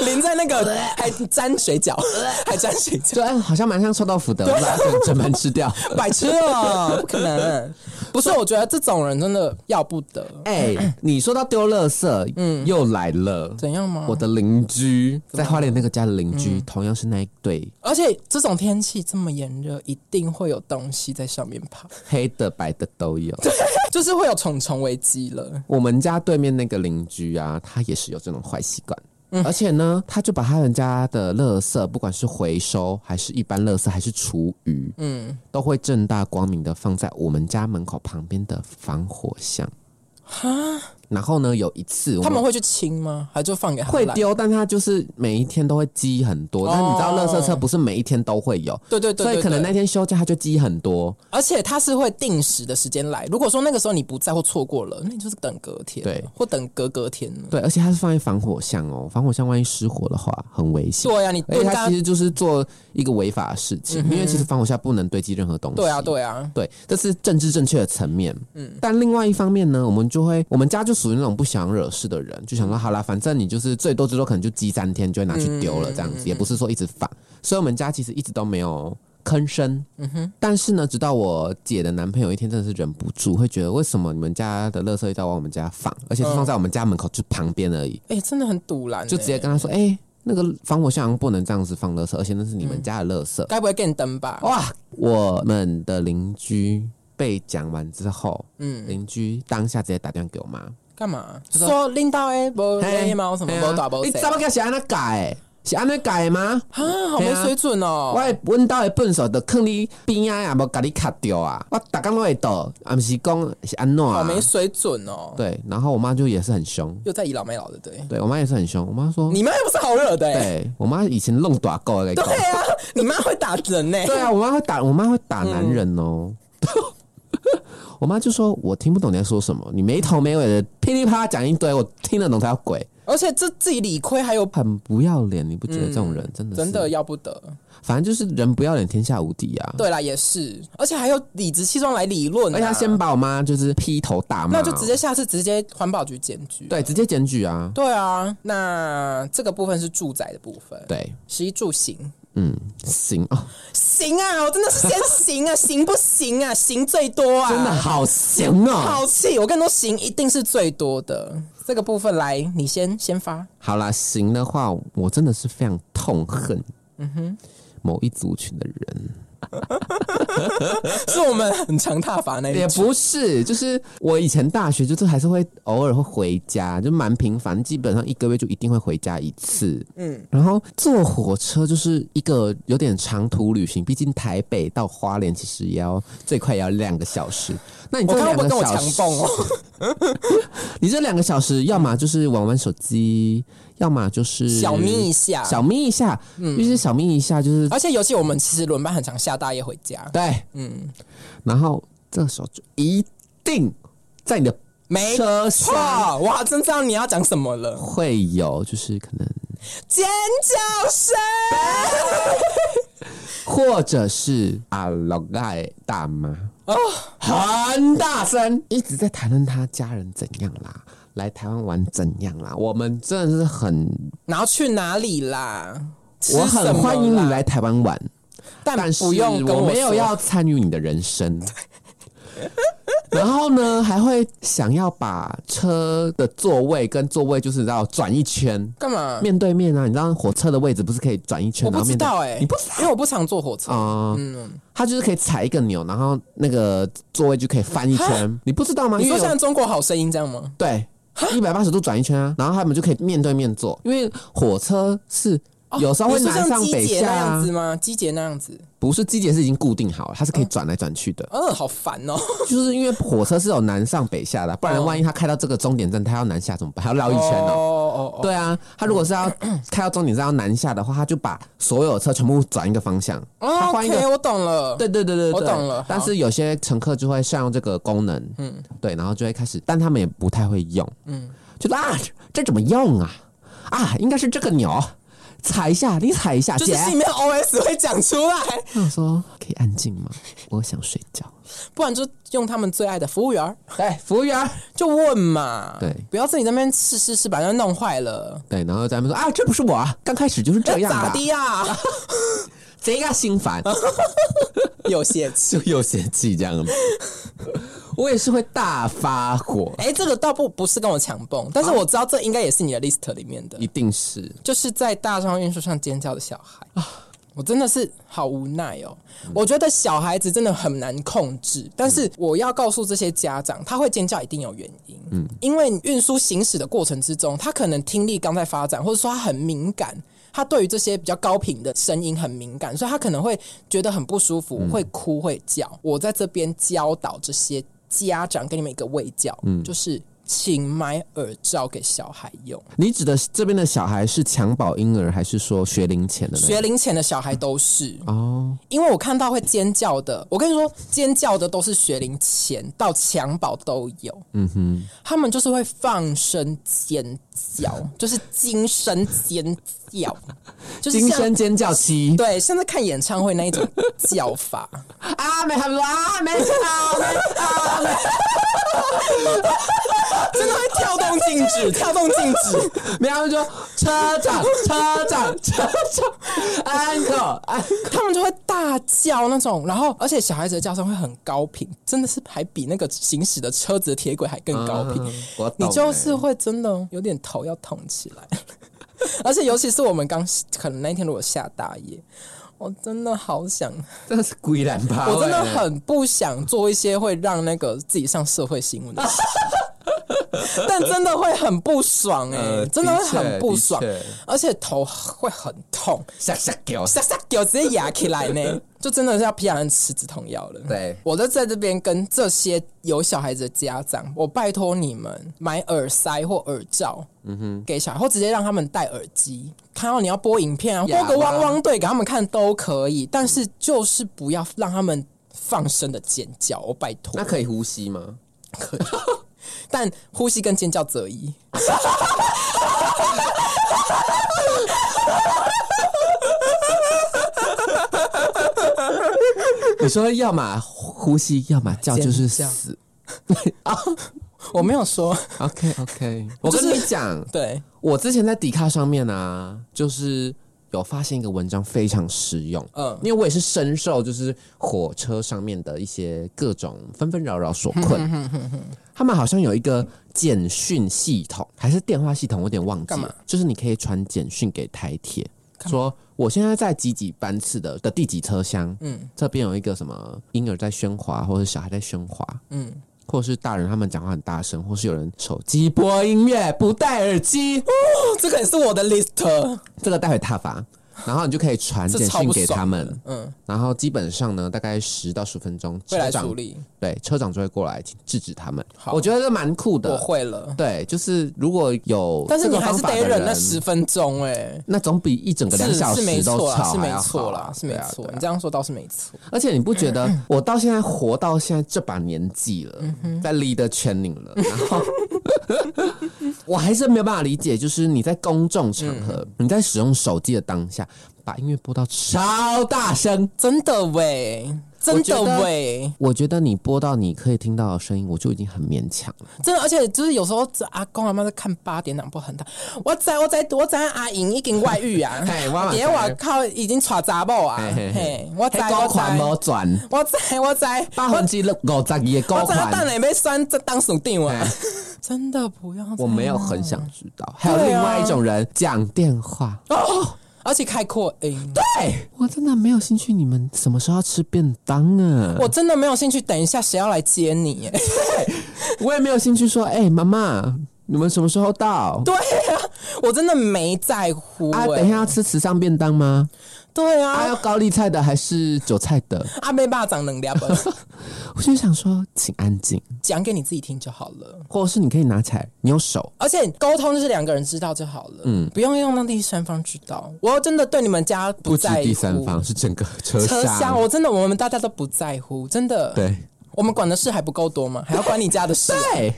淋在那个还沾水饺， 还沾水饺。
就哎，好像蛮像臭豆腐 的，我把它整整盘吃 掉。
白痴了，不可 能！不是，我觉得这种人真的要不得。
哎、你说到丢垃圾，嗯，又来了。
怎样吗
我？的邻居在花莲那个家的邻居，同样是那一对
而且这种天气这么炎热，一定会有东西在上面爬，
黑的白的都有。
就是会有虫虫危机了。
我们家对面那个邻居啊，他也是有这种坏习惯。
嗯
而且呢，他就把他人家的垃圾，不管是回收还是一般垃圾，还是厨余，嗯，都会正大光明的放在我们家门口旁边的防火巷。然后呢，有一次我
他们会去清吗？还就放给他们
会
来？
丢，但他就是每一天都会积很多。但你知道，垃圾车不是每一天都会有，
哦对对对
所以
对
可能
对
那天休假他就积很多。
而且他是会定时的时间来。如果说那个时候你不在或错过了，那你就是等隔天，
对，
或等隔隔天了。
对，而且它是放在防火巷哦，防火巷万一失火的话，很危险。
对呀、你啊
而
蹲
且哎它
他
其，实就是做一个违法的事情，因为其实防火巷不能堆积任何东西。
对啊，对啊，
对，这是政治正确的层面。嗯，但另外一方面呢，我们就会，我们家就属于那种不想惹事的人，就想说，好啦，反正你就是最多最多可能就积三天，就会拿去丢
嗯
了，这样子，也不是说一直放。所以我们家其实一直都没有。吭声，嗯哼，但是呢，直到我姐的男朋友一天真的是忍不住，会觉得为什么你们家的垃圾
嗯
一直要往我们家放，而且是放在我们家门口就旁边而已，
哎、真的很堵然、
就直接跟他说，哎、那个防火箱不能这样子放垃圾，而且那是你们
嗯
家的垃圾。
该不会更灯吧？
哇，我们的邻居被讲完之后，
嗯，
邻居当下直接打电话给我妈，
干嘛？说拎到哎，不黑猫什么
欸嘿啊
不打不
你
谁
怎么给是安那改？是安那改吗？
啊，好没水准哦
我！的阮兜的粪扫就放你边仔啊，无甲你卡掉啊！我逐工都会倒，啊，毋是讲是安怎、
好
啊？
没水准哦！
对，然后我妈就也是很凶，
又在倚老卖老的，对，
对我妈也是很凶。我妈说，
你妈又不是好惹的，哎，
对我妈以前弄打狗的狗，
对啊，你妈会打人欸呢，
对啊，我妈会打，我妈会打男人哦。 我妈就说：“我听不懂你在说什么，你没头没尾的噼里啪啦讲一堆，我听得懂才叫鬼，
而且这自己理亏还有
很不要脸，你不觉得这种人嗯真的是？
真的，要不得。
反正就是人不要脸，天下无敌啊！
对啦，也是，而且还有理直气壮来理论啊，
而且她哎先把我妈就是劈头大骂，
那就直接下次直接环保局检举。
对直接检举啊！
对啊，那这个部分是住宅的部分，
对，
食衣住行。
嗯，行哦，
行啊，我真的是先行啊， 行不行啊？行最多啊，
真的好行哦。
好气！我跟你说，行一定是最多的。这个部分来，你先 先发。
好啦，行的话，我真的是非常痛恨，嗯哼，某一族群的人，
是我们很常踏伐那一
也
种。
不是，就是我以前大学就是还是会偶尔会回家，就蛮频繁，基本上一个月就一定会回家一次。嗯，然后坐火车就是一个有点长途旅行，毕竟台北到花莲其实也要最快也要两个小时。那你
我
这
看
两
会不
个
会跟我
小
强
时，
蹦哦？
你这两个小时要么就是玩玩手机，要么就是
小眯一下。嗯哎
小眯一下，尤其是小眯一下，就是
而且尤其我们其实轮班很常下大夜回家，
对，嗯，然后这时候就一定在你的
没
车
错
厢，
哇，真知道你要讲什么了，
会有，就是可能
尖叫声。
或者是阿老盖大妈哦，很大声，一直在谈论他家人怎样啦，来台湾玩怎样啦，我们真的是很，
然后去哪里啦？吃
我
什
很
么
欢迎
啦
你来台湾玩。
但
但是
不用跟
我没有
说
要参与你的人生。 然后呢，还会想要把车的座位跟座位就是要转一圈，
干嘛？
面对面啊，你知道火车的位置不是可以转一圈，
我
然
不
后
知
面对
道哎、
你不
因为我不常坐火车。
啊，
嗯，
它就是可以踩一个钮，然后那个座位就可以翻一圈，你不知道吗？啊
你
因
说
为有
像《中国好声音》这样吗？
对，一百八十度转一圈啊，然后他们就可以面对面坐，因为火车是有时候会
哦你说
南
像
上
机
北
姐
下
那样
啊
子，吗？机姐那样子，
不是机节是已经固定好了，它是可以转来转去的。
嗯，好烦哦、
就是因为火车是有南上北下的，不然
哦
万一他开到这个终点站，他要南下怎么办？还要绕一圈哦。
哦哦
对啊，他如果是要开到终点站要南下的话，他就把所有车全部转一个方向。
哦
他换一个
，OK，我懂了。
对对对对，对
我懂了好
但是有些乘客就会善用这个功能，嗯，对，然后就会开始，但他们也不太会用，嗯，就啊，这怎么用啊？啊，应该是这个钮，踩一下，你踩一下，
就是
姐。
心里面 OS 会讲出来，
那我说可以安静吗？我想睡觉。
不然就用他们最爱的哎服务员儿
对，服务员儿，
就问嘛，
对
不要自己在那边试试试，把人家弄坏了，
对，然后咱们说啊，这不是我，刚开始就是这样的啊，
咋的呀？
谁要心 烦
有血气。
就又嫌弃这样子。我也是会大发火，
哎、这个倒不不是跟我强蹦，但是
啊
我知道这应该也是你的 list 里面的，
一定是
就是在大众运输上尖叫的小孩我真的是好无奈哦。我觉得小孩子真的很难控制，但是我要告诉这些家长，他会尖叫一定有原因，嗯，因为运输行驶的过程之中，他可能听力刚在发展，或者说他很敏感。他对于这些比较高频的声音很敏感，所以他可能会觉得很不舒服，会哭会叫。我在这边教导这些家长，给你们一个喂教，就是请买耳罩给小孩用。
你指的是这边的小孩是襁褓婴儿，还是说学龄前的那种？
学龄前的小孩都是，
哦，
因为我看到会尖叫的，我跟你说，尖叫的都是学龄前到襁褓都有，
嗯哼，
他们就是会放声尖叫， 就是惊声尖叫，就是
惊
像
声尖叫期
对，像在看演唱会那一种叫法，
啊，没他们说啊，没啊，没
真的会跳动静止， 跳动静止，
没他们说车长，车长，车长，uncle，啊
他们就会大叫那种，然后而且小孩子的叫声会很高频，真的是还比那个行驶的车子的铁轨还更高频。
啊我懂
你
欸
就是会真的有点头要痛起来。 而且尤其是我们刚可能那一天如果下大夜，我真的好想，
真的是鬼然吧？哎
我真的很不想做一些会让那个自己上社会新闻的事。 但真的会很不爽哎、
呃
真的会很不爽
的确的确，
而且头会很痛，
吓吓掉，
撒撒狗直接压起 来呢，就真的是要骗人吃止痛药了。
对
我就在这边跟这些有小孩子的家长，我拜托你们买耳塞或耳罩，嗯哼，给小孩，或直接让他们戴耳机。看到你要播影片啊，
哑巴
播个汪汪队给他们看都可以，但是就是不要让他们放声的尖叫，我拜托
那。可以呼吸吗？
但呼吸跟尖叫择一。
你说要么呼吸，要么叫，
尖
就是
叫
死。
我没 有说，
OK OK，我
就
跟
是
你讲，
对，
我之前在迪卡上面啊，就是有发现一个文章非常实用，
嗯
嗯，因为我也是深受就是火车上面的一些各种纷纷扰扰所困。他们好像有一个简讯系统，还是电话系统，我有点忘记
干嘛
了。就是你可以传简讯给台铁，说我现在在几几班次的的第几车厢，嗯，这边有一个什么婴儿在喧哗，或者小孩在喧哗，
嗯
嗯。或者是大人他们讲话很大声，或是有人手机播音乐不戴耳机，
哦这个也是我的 list，
这个待会踏伐，然后你就可以传
这
简
超
讯
不
给他
爽的
们，
嗯，
然后基本上呢，大概十到十分钟，
会
车
来
长
处理。
对车长就会过来制止他们
好。
我觉得这蛮酷
我
的，
会了，
对，就是如果有
但是
这
你
个
还
方
是
法
得
的
忍那
人
十分钟哎、欸。
那总比一整个两
是
小
是没
时都
错啦，
吵
是
还
没
要好
错啦
啊，
是没
对啊
错。
对啊
你这样说倒是没错。
而且你不觉
嗯
得我到现在活到现在这把年纪了，在 leader training 了，然后我还是没有办法理解，就是你在公众场合，
嗯
你在使用手机的当下，把音乐播到超大声，
真的喂，真
我觉
的
得
喂，
我觉得你播到你可以听到的声音，我就已经很勉强了。，
真的，而且就是有时候这阿公阿妈在看八点档不很大，我在我在我在阿莹已经外遇啊
嘿我嘛知
别我靠已经娶查某啊，
嘿嘿嘿
嘿，我在
高
我
款
在
无转，
我在我在
百分之六五十二的
我
高
在蛋
款。
奶被酸这当属定啊
哎，
真的不要这样，
我没有很想知道，还
对啊
有另外一种人讲电话，
哦，而且开扩
嗯
音，
对我真的没有兴趣。你们什么时候要吃便当啊？
我真的没有兴趣，等一下谁要来接你欸耶？
我也没有兴趣说，哎、妈妈，你们什么时候到？
对啊，我真的没在乎、
啊，
哎
等一下要吃慈善便当吗？
对
啊，
啊，
要高丽菜的还是韭菜的？
阿妹爸长能 量吧，
我就想说，请安静，
讲给你自己听就好了。
或者是你可以拿起来，你用手。
而且沟通就是两个人知道就好了，嗯，不用用让第三方知道。我真的对你们家
不止
在乎，
第三方，是整个车
车
厢。
厢，我真的我们大家都不在乎，真的。
对
我们管的事还不够多吗？还要管你家的 事？
对，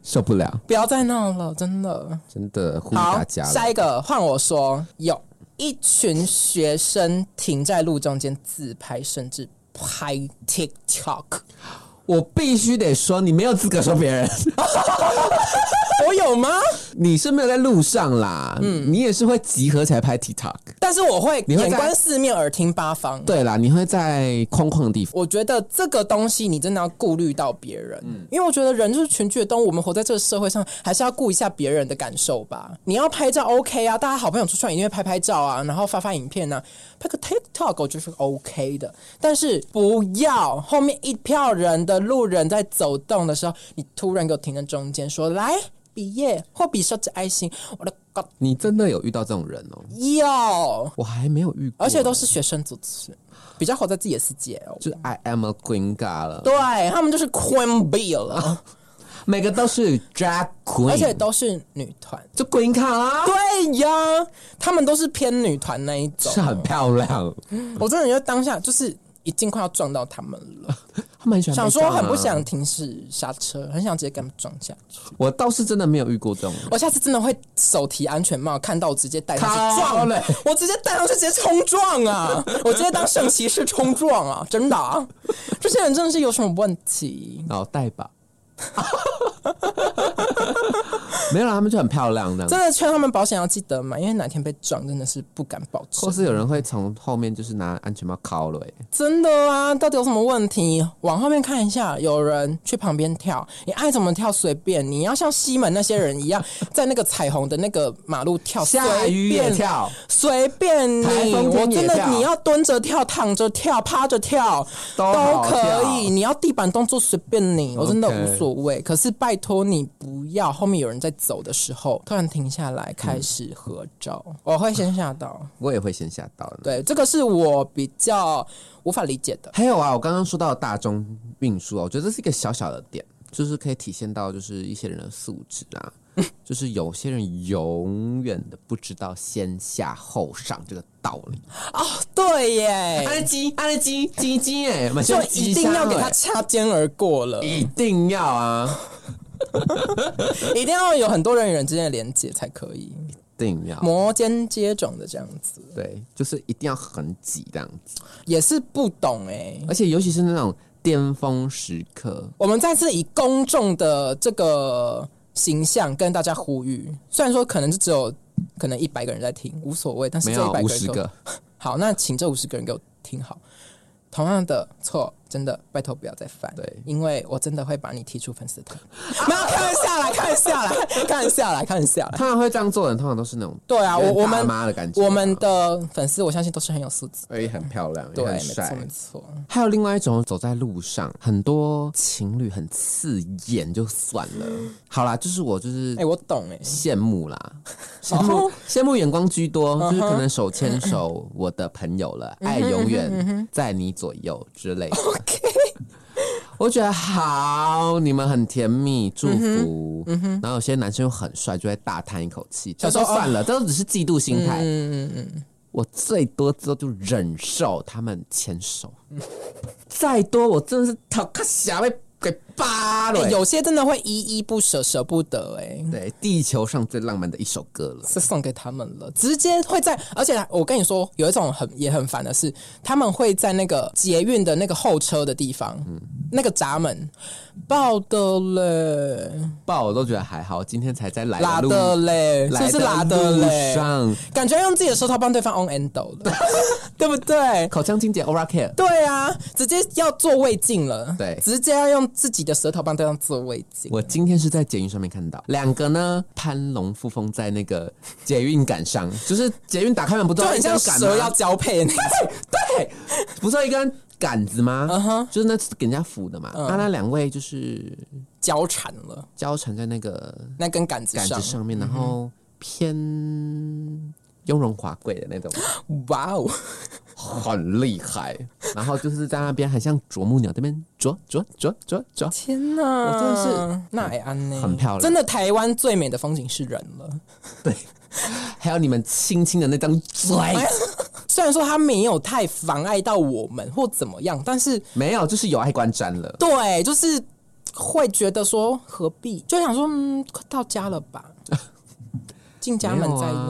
受不了，
不要再闹了，真的。
真的呼吁
好
大，家了
下一个换我说，有一群学生停在路中间自拍，甚至拍 TikTok。
我必须得说，你没有资格说别人，
我有吗？
你是没有在路上啦，嗯，你也是会集合起来拍 TikTok。
但是我会
你会在
眼观四面，耳听八方。
对啦，你会在空旷的地方，
我觉得这个东西你真的要顾虑到别人，
嗯
因为我觉得人就是群居的动物，我们活在这个社会上，还是要顾一下别人的感受吧。你要拍照 OK 啊，大家好朋友出去玩一定会拍拍照啊，然后发发影片啊，拍个 TikTok 我觉得是 OK 的，但是不要后面一票人的路人在走动的时候，你突然给我停在中间说来比耶或比手指爱心，我的 God
你真的有遇到这种人哦、
哟，
我还没有遇过，
而且都是学生组织，比较活在自己的世界哦。
就是 I am a queen god 了，
对他们就是 Queen B 了。
每个都是 drag queen，
而且都是女团。
就啊 queen 卡啦，
对呀，他们都是偏女团那一种。
是很漂亮。
我真的觉得当下就是已经快要撞到他们 了，
他们很喜欢、啊
想说很不，想停止刹车，很想直接给他们撞下去。
我倒是真的没有遇过这种人。
我下次真的会手提安全帽，看到我直接戴上去
靠
撞
嘞
我直接戴上去直接冲撞 啊！我直接当圣骑士冲撞啊！真的、啊，这些人真的是有什么问题？
脑袋吧， 没有啦，他们就很漂亮的。
真的劝他们保险要记得买，因为哪天被撞真的是不敢保
或
证。
是有人会从后面就是拿安全帽铐了、欸，
真的啊，到底有什么问题？往后面看一下，有人去旁边跳，你爱怎么跳随便，你要像西门那些人一样，在那个彩虹的那个马路跳，
下雨也
随便
跳，
随便
台
你，
风
我
天也
真的
跳
你要蹲着跳、躺着跳、趴着跳
都哦好
可
跳
以，你要地板动作随便你，我真的
OK
无所谓。可是拜托你不要后面有人在走的时候突然停下来开始合照，
嗯
我会先吓到。
我也会先吓到的。
对，这个是我比较无法理解的。
还有啊，我刚刚说到大众运输啊，我觉得这是一个小小的点，就是可以体现到就是一些人的素质 啊，就是有些人永远的不知道先下后上这个道理。
对耶，
安基安基鸡鸡哎，我们
就
先
哎一
鸡
定要
下
给他
哎
擦肩而过了，
一定要啊，
一定要有很多人与人之间的连接才可以，
一定要
摩肩接踵的这样子，
对，就是一定要很挤这样子，
也是不懂哎、
而且尤其是那种巅峰时刻，
我们再次以公众的这个形象跟大家呼吁，虽然说可能就只有可能一百个人在听，无所谓，但是
没
这
有啊
一百
五
啊个人
十
给我
个，
好，那请这五十个人给我听好，同样的错，真的拜托不要再犯，
对
因为我真的会把你踢出粉丝团。没有，看下来，看下来，看下来，看下来。
通常会这样做的人，通常都是那种
对啊，我我
有点大
们
妈的感觉啊，
我们的粉丝，我相信都是很有素质。
而且很漂亮，也
对，
很
没错，
帅
没。错。
还有另外一种，走在路上，很多情侣很刺眼就算了，好啦，就是我就是
哎、我哦懂 哎、
羡慕 啦，羡慕羡慕眼光居
嗯
多，就是可能手牵 手我的朋友了，爱永
嗯
远在你左右之类的。我觉得好，你们很甜蜜，祝
嗯
福。然后有些男生又很帅，就会大叹一口气，
小
就
时候
说算了，这都只是嫉妒心态。
哦嗯嗯嗯，
我最多之后就忍受他们牵手，再多我真的是讨卡侠被给扒了欸、
哎有些真的会依依不舍，舍不得哎、
对地球上最浪漫的一首歌了。
是送给他们了，直接会在，而且我跟你说，有一种很也很烦的是，他们会在那个捷运的那个候车的地方，
嗯
那个闸门爆的嘞，
爆我都觉得还好，今天才在来
拉
路
的嘞，是
来
不是拉的
的路
嘞？
上，
感觉用自己的舌头帮对方 on end 了， 对不对？
口腔清洁 Oral Care，
对啊，直接要做胃镜了，
对
直接要用自己的舌头帮对方做胃镜。
我今天是在捷运上面看到两个呢，攀龙附凤在那个 捷运杆上，就是捷运打开门不都
就很像
一根杆
蛇
吗
要交配那种，
对，不是有一根杆子吗？
嗯
就是那是给人家扶的嘛。那那两位就是
交缠了
交缠在那个
那根杆子
杆
上
子，上面，然后偏雍容华贵的那 种，
哇哦！
很厉害。然后就是在那边很像啄木鸟那边啄啄啄啄啄，
天哪，
我真的
是那也安呢，
很漂亮
真的台湾最美的风景是人了。
还有你们亲亲的那张嘴，
哎 虽然说它没有太妨碍到我们或怎么样，但是
没有，就是有碍观瞻了。
对，就是会觉得说何必，就想说嗯，快到家了吧， 进家门再
没有啊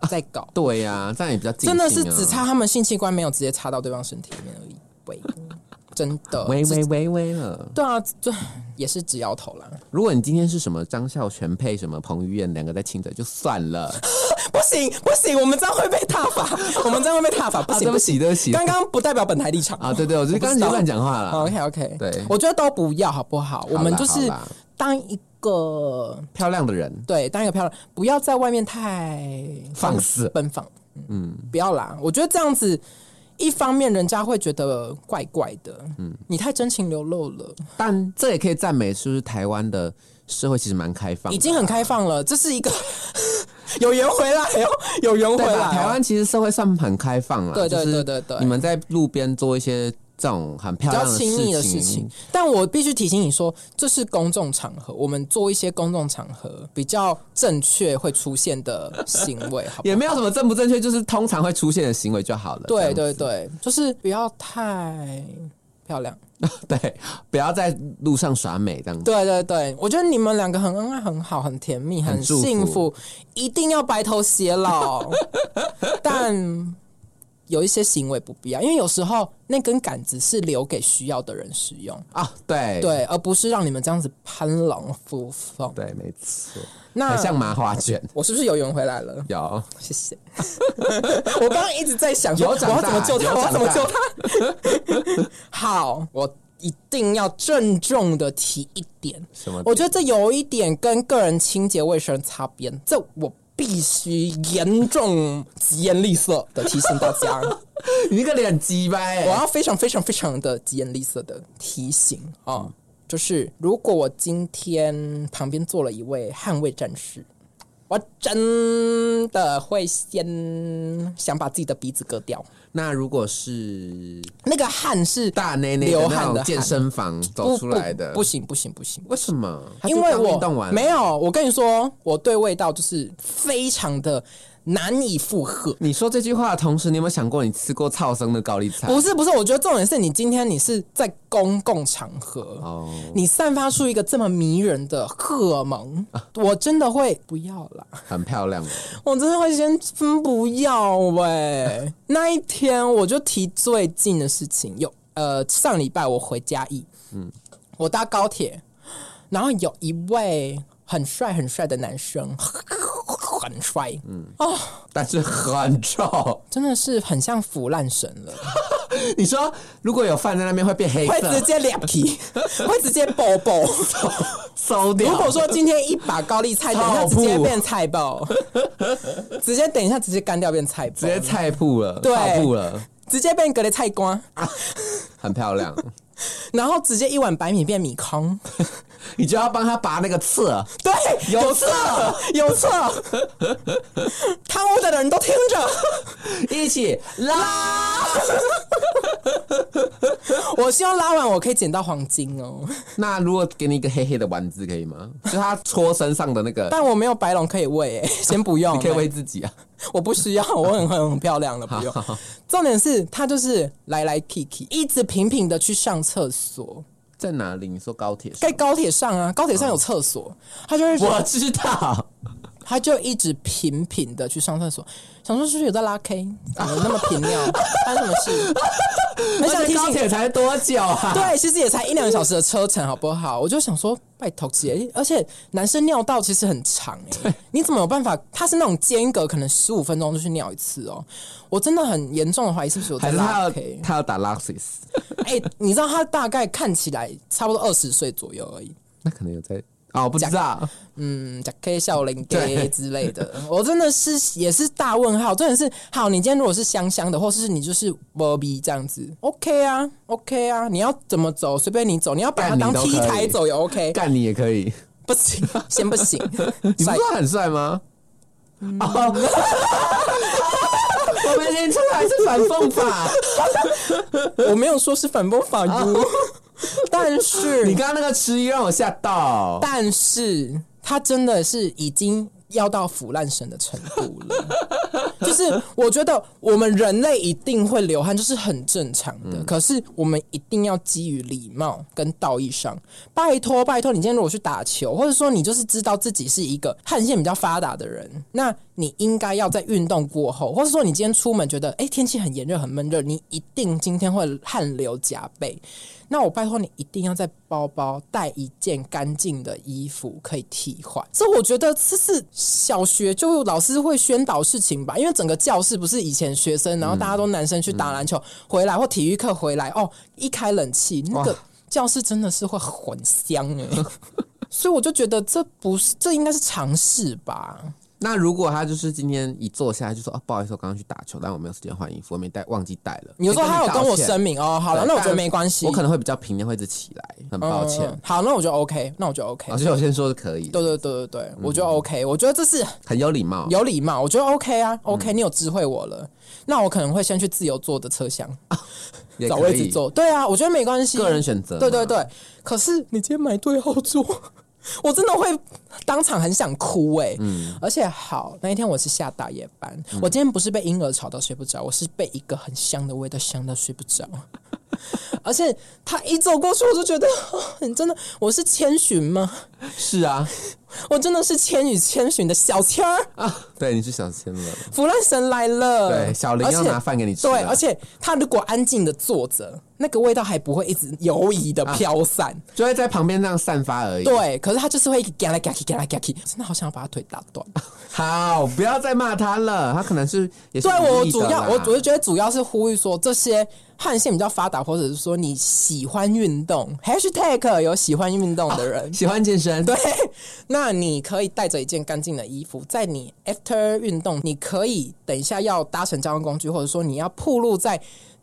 弄、再 搞，
对呀、这样也比较尽
真
兴啊
的是只差他们性器官没有直接插到对方身体里面而已。 喂，真的，
微微微微了。
对啊，这也是直摇头啦。
如果你今天是什么张孝全配什么彭于晏两个在亲嘴就算了，
不行不行，我们这样会被踏法，我们这样会被踏法，不
啊
行
对
不
不
行。
起对不起
刚刚不代表本台立场
啊，对对，我就是刚才乱讲话了。
OK OK，
对
我觉得都不要好不好？我们就是
好啦
当一个
漂亮的人，
对，当一个漂亮，不要在外面太
放肆
奔放，嗯，不要啦。我觉得这样子，一方面人家会觉得怪怪的，嗯，你太真情流露了，
但这也可以赞美，是不是台湾的社会其实蛮开放的，
已经很开放了，这是一个 有缘回来哦，有缘回
对
来
吧？
哦，
台湾其实社会算很开放了，
对对
就
对
是
对对
你们在路边做一些这种很漂
比较
亮的
亲密的事情。但我必须提醒你说，这是公众场合，我们做一些公众场合比较正确会出现的行为，好不好
也没有什么正不正确，就是通常会出现的行为就好了。
对
这样
对对，就是不要太漂亮。
对，不要在路上耍美这样子。
对对对，我觉得你们两个很恩爱，很好，很甜蜜，
很
很
祝福
幸福，一定要白头偕老。但有一些行为不必要，因为有时候那根杆子是留给需要的人使用，
啊，对
对，而不是让你们这样子攀龙附凤。
对，没错，
那
很哎像麻花卷。
我是不是有缘回 来了？
有，
谢谢。 我刚刚一直在想说，
有
我
长大
要怎么救他？
有
我要
长大
怎么救他？ 好，我一定要郑重的提一点，
什么
我觉得这有一点跟个人清洁卫生擦边，这我必须严重疾言厉色的提醒大 家，
你那个脸鸡掰
我
欸，
要非常非常非常的疾言厉色的提醒啊、
哦
就是如果我今天旁边坐了一位捍卫战士。我真的会先想把自己的鼻子割掉。
那如果是
那个汗是
大内内的
流
那
汗
种
的
健
汗
身房走
不
出来的，
不不行不行不行，
为什么？他
因
就
为
刚
我
运动完
没，有，我跟你说，我对味道就是非常的难以负荷。
你说这句话的同时，你有没有想过你吃过超生的高丽菜？
不是不是，我觉得重点是你今天你是在公共场合，
哦，
你散发出一个这么迷人的荷尔蒙， 我真的会不要啦，
很漂亮哦，
我真的会先真不要喂、那一天我就提最近的事情，有呃上礼拜我回嘉义，嗯，我搭高铁，然后有一位很帅很帅的男生，很帅，
但是很臭。
真的是很像腐烂神了，
你说如果有饭在那边会变黑
会直
色，
接脸皮，会直接爆爆。
馊掉。
如果说今天一把高丽菜，等一下
草
直
铺
接变菜爆，直接等一下直接干掉变菜爆，
直接菜铺了，
对
草铺了，
直接变格雷菜瓜，
很漂亮。
然后直接一碗白米变米糠。
你就要帮他拔那个刺，
对，
有
有错，有错，贪污的人都听着，
一起拉。
我希望拉完我可以捡到黄金哦，
那如果给你一个黑黑的丸子可以 吗？就他戳身上的那个，
但我没有白龙可以喂、欸， 先不用、
你可以喂自己啊。
我不需要， 我很很很漂亮了，不用。 重点是他就是来来 Kiki，一直频频的去上厕所，
在哪里？你说高 铁上？
在高铁上啊，高铁上有厕所，他就
我
会
知道，
他就一直频频的去上厕所，想说是不是有在拉 K，怎么那么 频尿？发生什么事？ 很想
而且
提
高
醒。
铁才多久啊？
对，其实也才一两个小时的车程，好不好？我就想说，拜托姐，而且男生尿道其实很长 哎、你怎么有办法？他是那种间隔可能十五分钟就去尿一次哦，我真的很严重的怀疑是不是有在
还是他
拉
要
K？
他要打 Luxis？
哎、你知道他大概看起来差不多二十岁左右而已，
那可能有在哦，我不知道。
嗯，假 K 笑林 K
对
之类的，我真的是也是大问号，真的是好。你今天如果是香香的，或是你就是 Bobby 这样子，OK 啊，OK 啊，你要怎么走随便你走，你要把它
干你
当
都
T
可以
台走也 OK，
干你也可以，
不行，先不行，
你不
帅嗯
是说很帅吗？哦， 我没听出来是反讽法。
我没有说是反崩法律，但
你
是
刚刚那个迟疑让我吓到。
但是他真的是已经要到腐烂神的程度了。就是我觉得我们人类一定会流汗，这是很正常的。可是我们一定要基于礼貌跟道义上，拜托拜托，你今天如果去打球，或者说你就是知道自己是一个汗腺比较发达的人，那你应该要在运动过后，或者说你今天出门觉得哎、诶天气很炎热很闷热，你一定今天会汗流浃背。那我拜托你一定要在包包带一件干净的衣服可以替换。这我觉得这是小学就老师会宣导事情吧，因为整个教室不是以前学生，然后大家都男生去打
嗯
篮球、回来或体育课回来哦，一开冷气那个
哇
教室真的是会很香哎、 所以我就觉得这不是，这应该是尝试吧。
那如果他就是今天一坐下来就说哦，不好意思，我刚刚去打球，但我没有时间换衣服，我没带，忘记带了。
你就说他有跟我
先
声
哎你
明哦，好
道歉，
了，那我觉得
但
没关系，
我可能会比较平，会一直起来，很抱歉。啊
嗯好，那我就 OK，那我就 OK
老。师，我先说是可以的，
对对对对对，我
嗯
觉得 OK，我觉得这是
很有礼貌。
有礼貌，我觉得 OK 啊，OK，、你有
嗯
知会我了，那我可能会先去自由坐的车厢
也
找
可
位
以
置坐，对啊，我觉得没关系，
个人选择。
对对，对。可是你今天买对后座，我真的会当场很想哭哎、
嗯
而且好，那一天我是下大夜班，我今天不是被婴儿吵到睡不着，我是被一个很香的味道香到睡不着。 而且他一走过去，我就觉得，你真的我是千寻吗？
是啊，
我真的是《千与千寻》的小千儿，
啊！对，你是小千了。
腐烂神来了。
对，小林
呃而
要
且
拿饭给你吃啊。
对，而且他如果安静的坐着，那个味道还不会一直游移的飘散。
就会在旁边那样散发而已。，
对，可是他就是会一直嘎啦嘎啦嘎啦嘎啦，真的好想要把他腿打断。
好，不要再骂他了，他可能是也是
对我
无意的
主要
啦
我我就觉得主要是呼吁说这些汗腺比较发达，或者是说你喜欢运动 #hashtag 有喜欢运动的人。
喜欢健身，
对，那你可以带着一件干净的衣服，在你 after 运动，你可以等一下要搭乘交通工具，或者说你要暴露在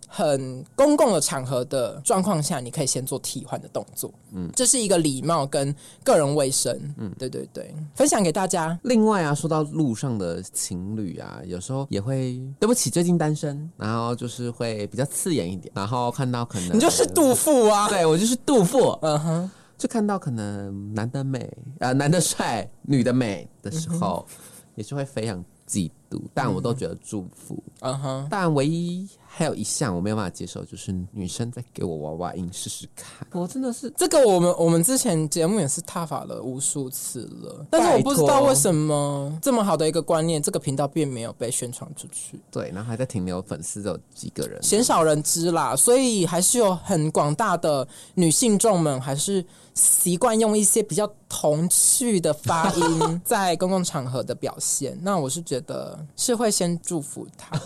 很公共的场合的状况下，你可以先做替换的动作。嗯，这是一个礼貌跟个人卫生。嗯，对对对，分享给大家。
另外啊，说到路上的情侣啊，有时候也会对不起，最近单身，然后就是会比较刺眼一点，然后看到可能
你就是杜甫啊，
对我就是杜甫，
嗯哼，
就看到可能男的美呃男的帅，女的美的时候，
嗯
也是会非常嫉妒，但我都觉得祝福。
嗯哼，
但唯一还有一项我没有办法接受，就是女生在给我娃娃音试试看，我真的是
这个我们我们之前节目也是踏法了无数次了，但是我不知
拜
道
托
为什么这么好的一个观念，这个频道并没有被宣传出去。
对，然后还在停留粉丝有几个人，
鲜少人知啦，所以还是有很广大的女性众们还是习惯用一些比较童趣的发音在公共场合的表现。那我是觉得是会先祝福 她，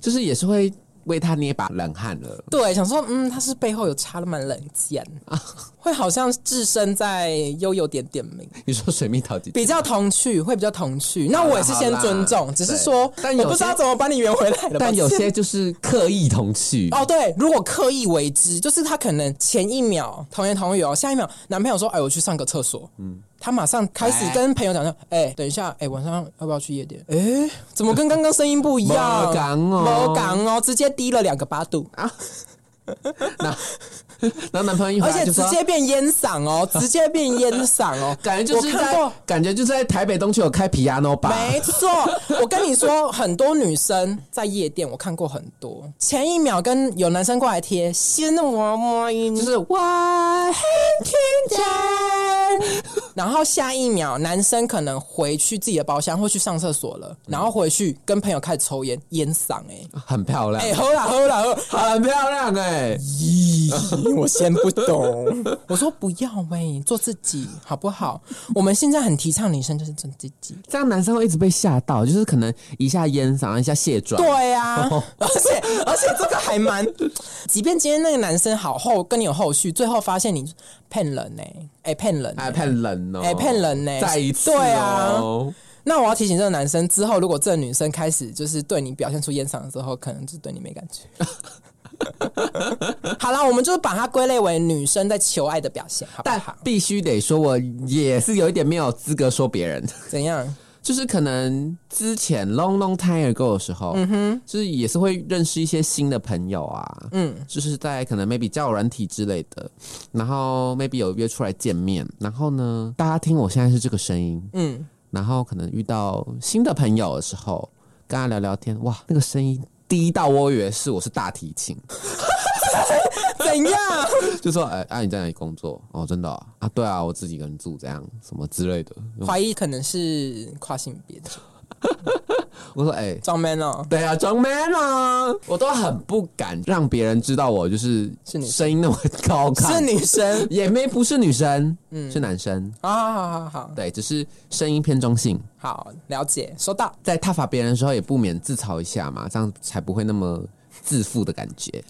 就是也是会为他捏把冷汗了。
对，想说嗯，她是背后有插了蛮冷箭，会好像置身在悠悠点点名，
你说水蜜桃姐姐
比较童趣，会比较童趣。那我也是先尊
好啦
重，只是说
对但有
我
些
不知道怎么把你圆回来了，
但有
抱歉
些就是刻意童趣，
哦，对，如果刻意为之，就是他可能前一秒童言童语哦，下一秒男朋友说：“哎，我去上个厕所。”嗯，他马上开始跟朋友讲说：“哎，等一下，哎，晚上要不要去夜店？哎，怎么跟刚刚声音不一样？
没讲哦
没讲哦，直接低了两个八度，
然后男朋友一回
而
来
且
就
直
说，
接变烟嗓哦，直接变烟嗓哦，
感觉就是
我看过
在感觉就是在台北东区有开 piano 吧，
没错，我跟你说，很多女生在夜店，我看过很多，前一秒跟有男生过来贴，先我摸一，就是我很天真，然后下一秒男生可能回去自己的包厢或去上厕所了，然后回去跟朋友开始抽烟，烟嗓哎、
很漂亮
哎、，喝啦喝啦喝啦，
很漂亮哎，
咦，我先不懂。 我说不要喂、做自己好不好？我们现在很提倡女生就是做自己，
这样男生会一直被吓到，就是可能一下烟嗓，一下卸妆，
对啊，而且而且这个还蛮，即便今天那个男生好后跟你有后续，最后发现你骗人呢、哎、骗人、
哎，
欸。
骗人哦，
哎骗人呢
再一次、
对
哦，
啊那我要提醒这个男生，之后如果这个女生开始就是对你表现出烟嗓的时候，可能就对你没感觉。 好啦，我们就是把它归类为女生在求爱的表现，好不
但
好？
必须得说，我也是有一点没有资格说别人，
怎样？
就是可能之前 long long time ago 的时候，嗯哼，就是也是会认识一些新的朋友啊，嗯，就是在可能 maybe 交友软体之类的，然后 maybe 有约出来见面，然后呢，大家听我现在是这个声音，
嗯，
然后可能遇到新的朋友的时候，跟他聊聊天，哇，那个声音低到我以为是我是大提琴，
怎样？
就说哎，啊你在哪里工作？哦，真的哦、啊，对啊，我自己一个人住，这样什么之类的。
怀疑可能是跨性别的，
我说哎、
装 man 哦。
对啊，装 man 啊，我都很不敢让别人知道我就是
是女生
声音那么高亢，
是女生 嗯
也没不是女生，是男生，
啊，好好好
对，只是声音偏中性，
好，了解，收到。
在挞伐别人的时候也不免自嘲一下嘛，这样才不会那么自负的感觉。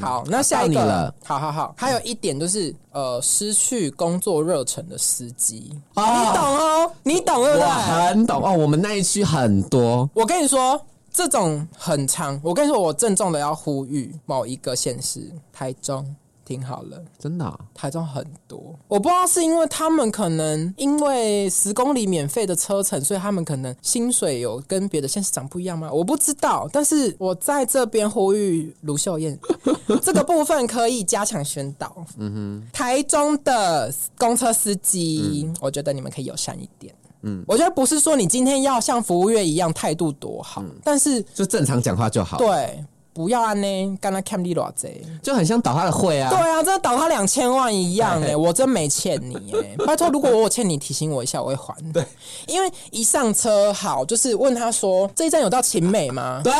好，那下一
嗯到
个
你了，
好好好，还有一点就是，呃，失去工作热忱的司机，
哦
你懂哦，你懂对不
我
对？
很懂哦，我们那一区很多，
我跟你说，这种很长，我跟你说，我郑重的要呼吁某一个县市，台中，听好了。
真的哦、
台中很多，我不知道是因为他们可能因为十公里免费的车程，所以他们可能薪水有跟别的县市长不一样吗？我不知道，但是我在这边呼吁卢秀燕这个部分可以加强宣导。嗯哼，台中的公车司机，我觉得你们可以友善一点。嗯，我觉得不是说你今天要像服务业一样态度多好，但是
就正常讲话就好。
对，不要安呢，干他 cam 你偌贼。
就很像倒他的会啊。
对啊，真的倒他两千万一样哎、我真没欠你 哎、拜托，如果我有欠你，提醒我一下，我会还。对，因为一上车好，就是问他说这一站有到秦美吗？
对，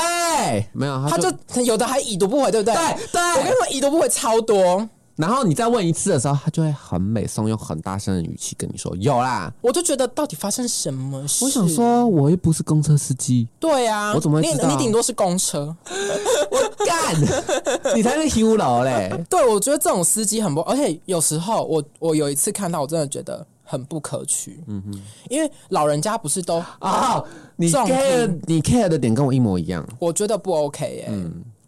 没有，
他
他就
就有的还已读不回，对不对？
对对
我跟你说，已读不回超多，
然后你再问一次的时候，他就会很美颂，用很大声的语气跟你说有啦。
我就觉得到底发生什么事？
我想，说，我又不是公车司 机，
对啊，
我怎么会
你
知道
你顶多是公车？
干，你才是 hero 嘞。
对，我觉得这种司机很不，而且有时候我我有一次看到，我真的觉得很不可取。嗯哼，因为老人家不是都，
哦，你
重听
care 你 care 的点跟我一模一样。
我觉得不 OK 哎、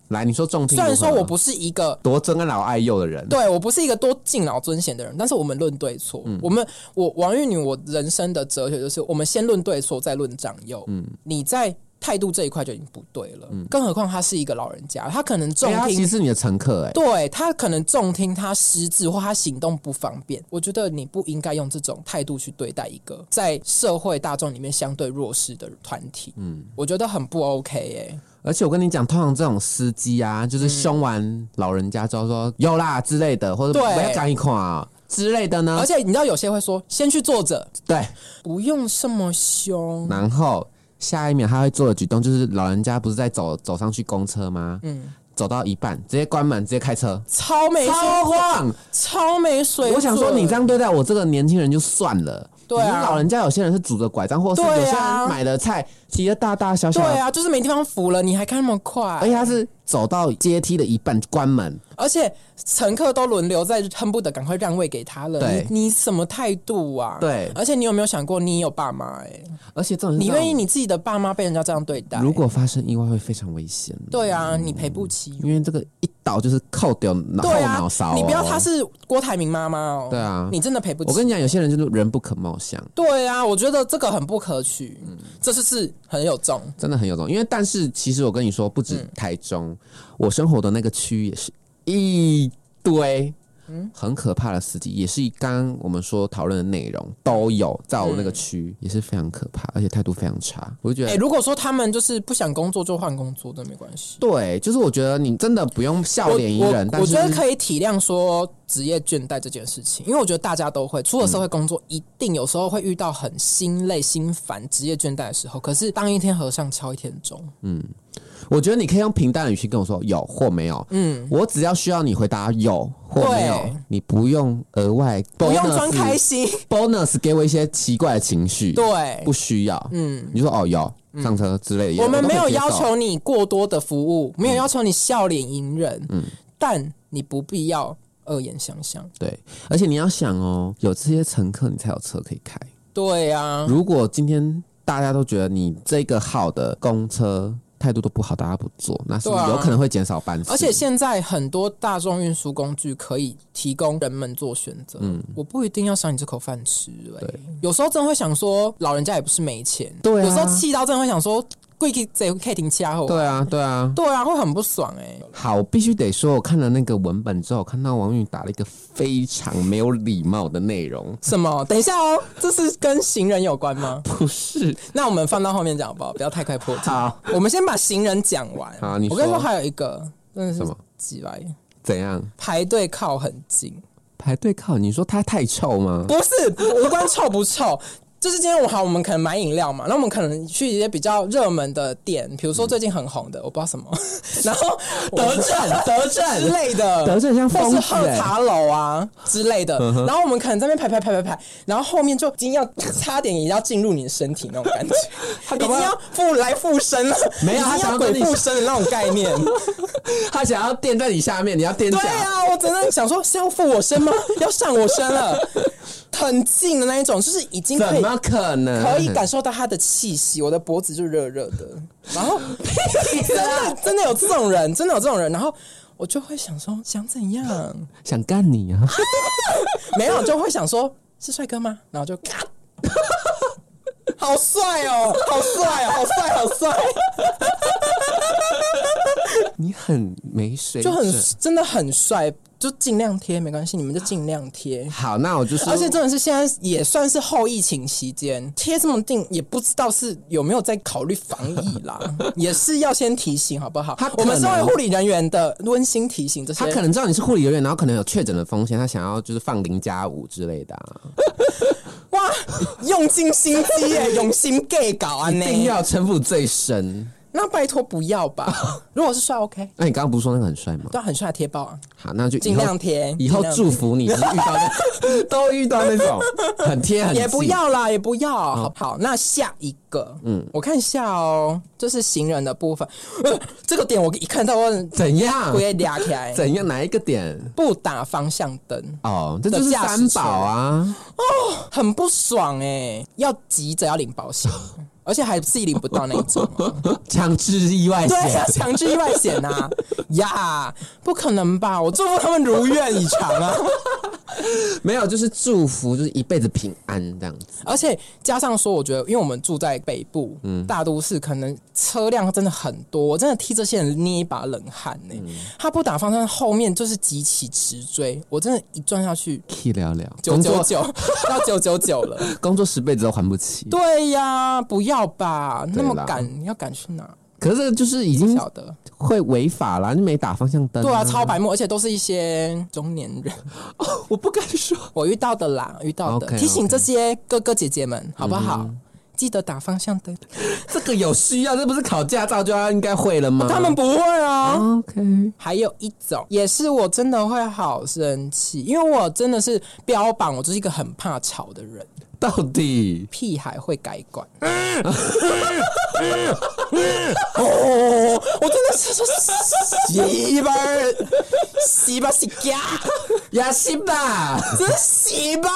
来，你说重嗯听如
虽
何，
然说我不是一个。
多真跟老爱幼的人，
对我不是一个多敬老尊贤的人，但是我们论对错。我们我王玉女，我人生的哲学就是，我们先论对错，再论长幼。嗯，你在态度这一块就已经不对了，更何况他是一个老人家，他可能重
哎他
听
其实是你的乘客哎、
对他可能重听他失智或他行动不方便，我觉得你不应该用这种态度去对待一个在社会大众里面相对弱势的团体。嗯，我觉得很不 OK 哎、
而且我跟你讲，通常这种司机啊，
嗯
就是凶完老人家之后说“有啦”之类的，或者“
对
不要讲一款啊”之类的呢
而。且你知道有些会说先去坐着，
对，
不用这么凶。
然后下一秒他会做的举动就是，老人家不是在走走上去公车吗？
嗯
嗯，走到一半直接关门，直接开车，
超没水
超
准，
晃！
超没水准。
我想说，你这样对待我这个年轻人就算了。
对啊
你说老人家有些人是拄着拐杖，或者是
对啊
有些人买的菜提着大大小小
对
的，
啊，就是没地方扶了，你还开那么快，
而且他是走到阶梯的一半关门，
而且乘客都轮流在，恨不得赶快让位给他了。
对
你你什么态度啊？
对
而且你有没有想过，你有爸妈哎、
而且这种
你愿意欸你自己的爸妈被人家这样对待？
如果发生意外会非常危险，
对啊，你赔不起。
因为这个一倒就是扣掉脑后
对啊
脑勺、哦，
你不要她是郭台铭妈妈哦。
对啊
你真的赔不起。
我跟你讲，有些人就是人不可貌相，
对啊，我觉得这个很不可取，
嗯
这就是很有重。
真的很有种。因为但是其实我跟你说，不
嗯
止台中，我生活的那个区域也是一堆。
嗯
很可怕的司机，也是刚刚我们说讨论的内容都有，在我那个区、也是非常可怕，而且态度非常差。我就觉
嗯
得，
哎、如果说他们就是不想工作就换工作，都没关系。
对，就是我觉得你真的不用笑
我
脸迎人，
我
但
我
是
觉得可以体谅说职业倦怠这件事情，因为我觉得大家都会，出了社会工作，一定有时候会遇到很心累、心烦、职业倦怠的时候。可是当一天和尚敲一天钟，
我觉得你可以用平淡的语气跟我说有或没有，嗯，我只要需要你回答有或没有
对，
你不用额外
不用装开
bonus
心。
bonus 给我一些奇怪的情绪，，
对
不，需要，嗯，你就说哦有上车之类的，
我们
都
没
可以
有
接
要
受，
求你过多的服务，没有要求你笑脸迎人，
嗯
但你不必要恶言相向。
对，而且你要想哦，有这些乘客你才有车可以开，
对啊，
如果今天大家都觉得你这个号的公车态度都不好，大家不坐，那是不是
对啊
有可能会减少班次？
而且现在很多大众运输工具可以提供人们做选择，
嗯
我不一定要赏你这口饭吃、欸。有时候真的会想说，老人家也不是没钱，
对啊
有时候气到真的会想说，贵气这可以停下后，
对啊，对啊，
对啊，会很不爽哎、欸。
好，我必须得说，我看了那个文本之后，我看到王允打了一个非常没有礼貌的内容。
什么？等一下哦，这是跟行人有关吗？
不是，
那我们放到后面讲好不好？不要太快破题。
好，
我们先把行人讲完。
好你
我跟你说
说
还有一个，真的是
什么
几来
怎样
排队靠很近，
排队靠？你说他太臭吗？
不是无关臭不臭。就是今天我好，我们可能买饮料嘛，那我们可能去一些比较热门的店，比
嗯
如说最近很红的，我不知道 什么，然后德政、德政之类的，
德政像
或
疯
是
子
喝
欸嗯
茶楼啊之类的，然后我们可能在那边排排排排排，然后后面就已经要差点也要进入你的身体那种 感觉，已
搞不
经
好
要附来附身了，
没有
已经
他想
要
要
鬼
跟你
附身的那种概 念，
他想要垫在你下面，你要垫脚
对。啊，我真的想说是要附我身吗？要上我身了，很近的那一种，就是已经可
怎
以
么可能？
可以感受到他的气息，我的脖子就热热 的。然后真的真的有这种人，真的有这种人。然后我就会想说，想怎样？
想干你啊！
没 有，就会想说是帅哥吗？然后就咔。 好帅哦，好帅哦，好帅，好帅，
你很没水
就
准，
很真的很帅。就尽量贴，没关系，你们就尽量贴。
好，那我就是，
而且真的是现在也算是后疫情期间，贴这么定也不知道是有没有在考虑防疫 啦，也是要先提醒好不好
他？可
我们身为
能
护理人员的温馨提醒，这些
他可能知道你是护理人员，然后可能有确诊的风险，他想要就是放零加五之类的、啊，
哇，用尽心机 耶，用心 gay 搞啊
一定
你。
要城府最深。
那拜托不要 吧，如果是帅 OK，
那你刚刚不是说那个很帅吗？
都很帅的贴爆啊，
好，那就以后
尽量贴
以后
尽量贴
祝福你，就是遇到那 都遇到那种很贴很嗯
也不
近
要啦，也不要，好不好？那下一个，嗯，我看一下哦，这是行人的部分，呃这个点我一看到我
怎样
不会嗲起来，
怎样哪一个点
不打方向灯，
哦，这就是
的驾驶
三宝
权
啊，
很不爽哎、要急着要领 保险，而且还自己领不到那一种、啊，
强制意外
对，啊要
险。
强制意外险呐、 呀不可能吧？我祝福他们如愿以偿 啊！
没有，就是祝福，就是一辈子平安这样子。
而且加上说，我觉得因为我们住在北部，
嗯
大都市可能车辆真的很多，我真的替这些人捏一把冷汗呢、
嗯
他不打方向，后面就是极其直追，我真的一撞下去。
可以聊聊
九
工
九
作，
九 到九九九了，
工作十辈子都还不起。
对呀，不要吧，那
对
么
啦
赶，你要赶去哪？
可是就是已经
晓得，
会违法啦，你没打方向灯、
对啊，超白目，而且都是一些中年人，
我不敢说。
我遇到的啦，遇到的。
OK，OK
提醒这些哥哥姐姐们，好不好？记得打方向灯。
这个有需要，这不是考驾照就要应该会了吗？
他们不会啊。
OK，
还有一种也是我真的会好生气，因为我真的是标榜我就是一个很怕吵的人，
到底
屁孩会改管。哦，我真的是说西巴西巴西嘎。
雅西吧？
真洗吧！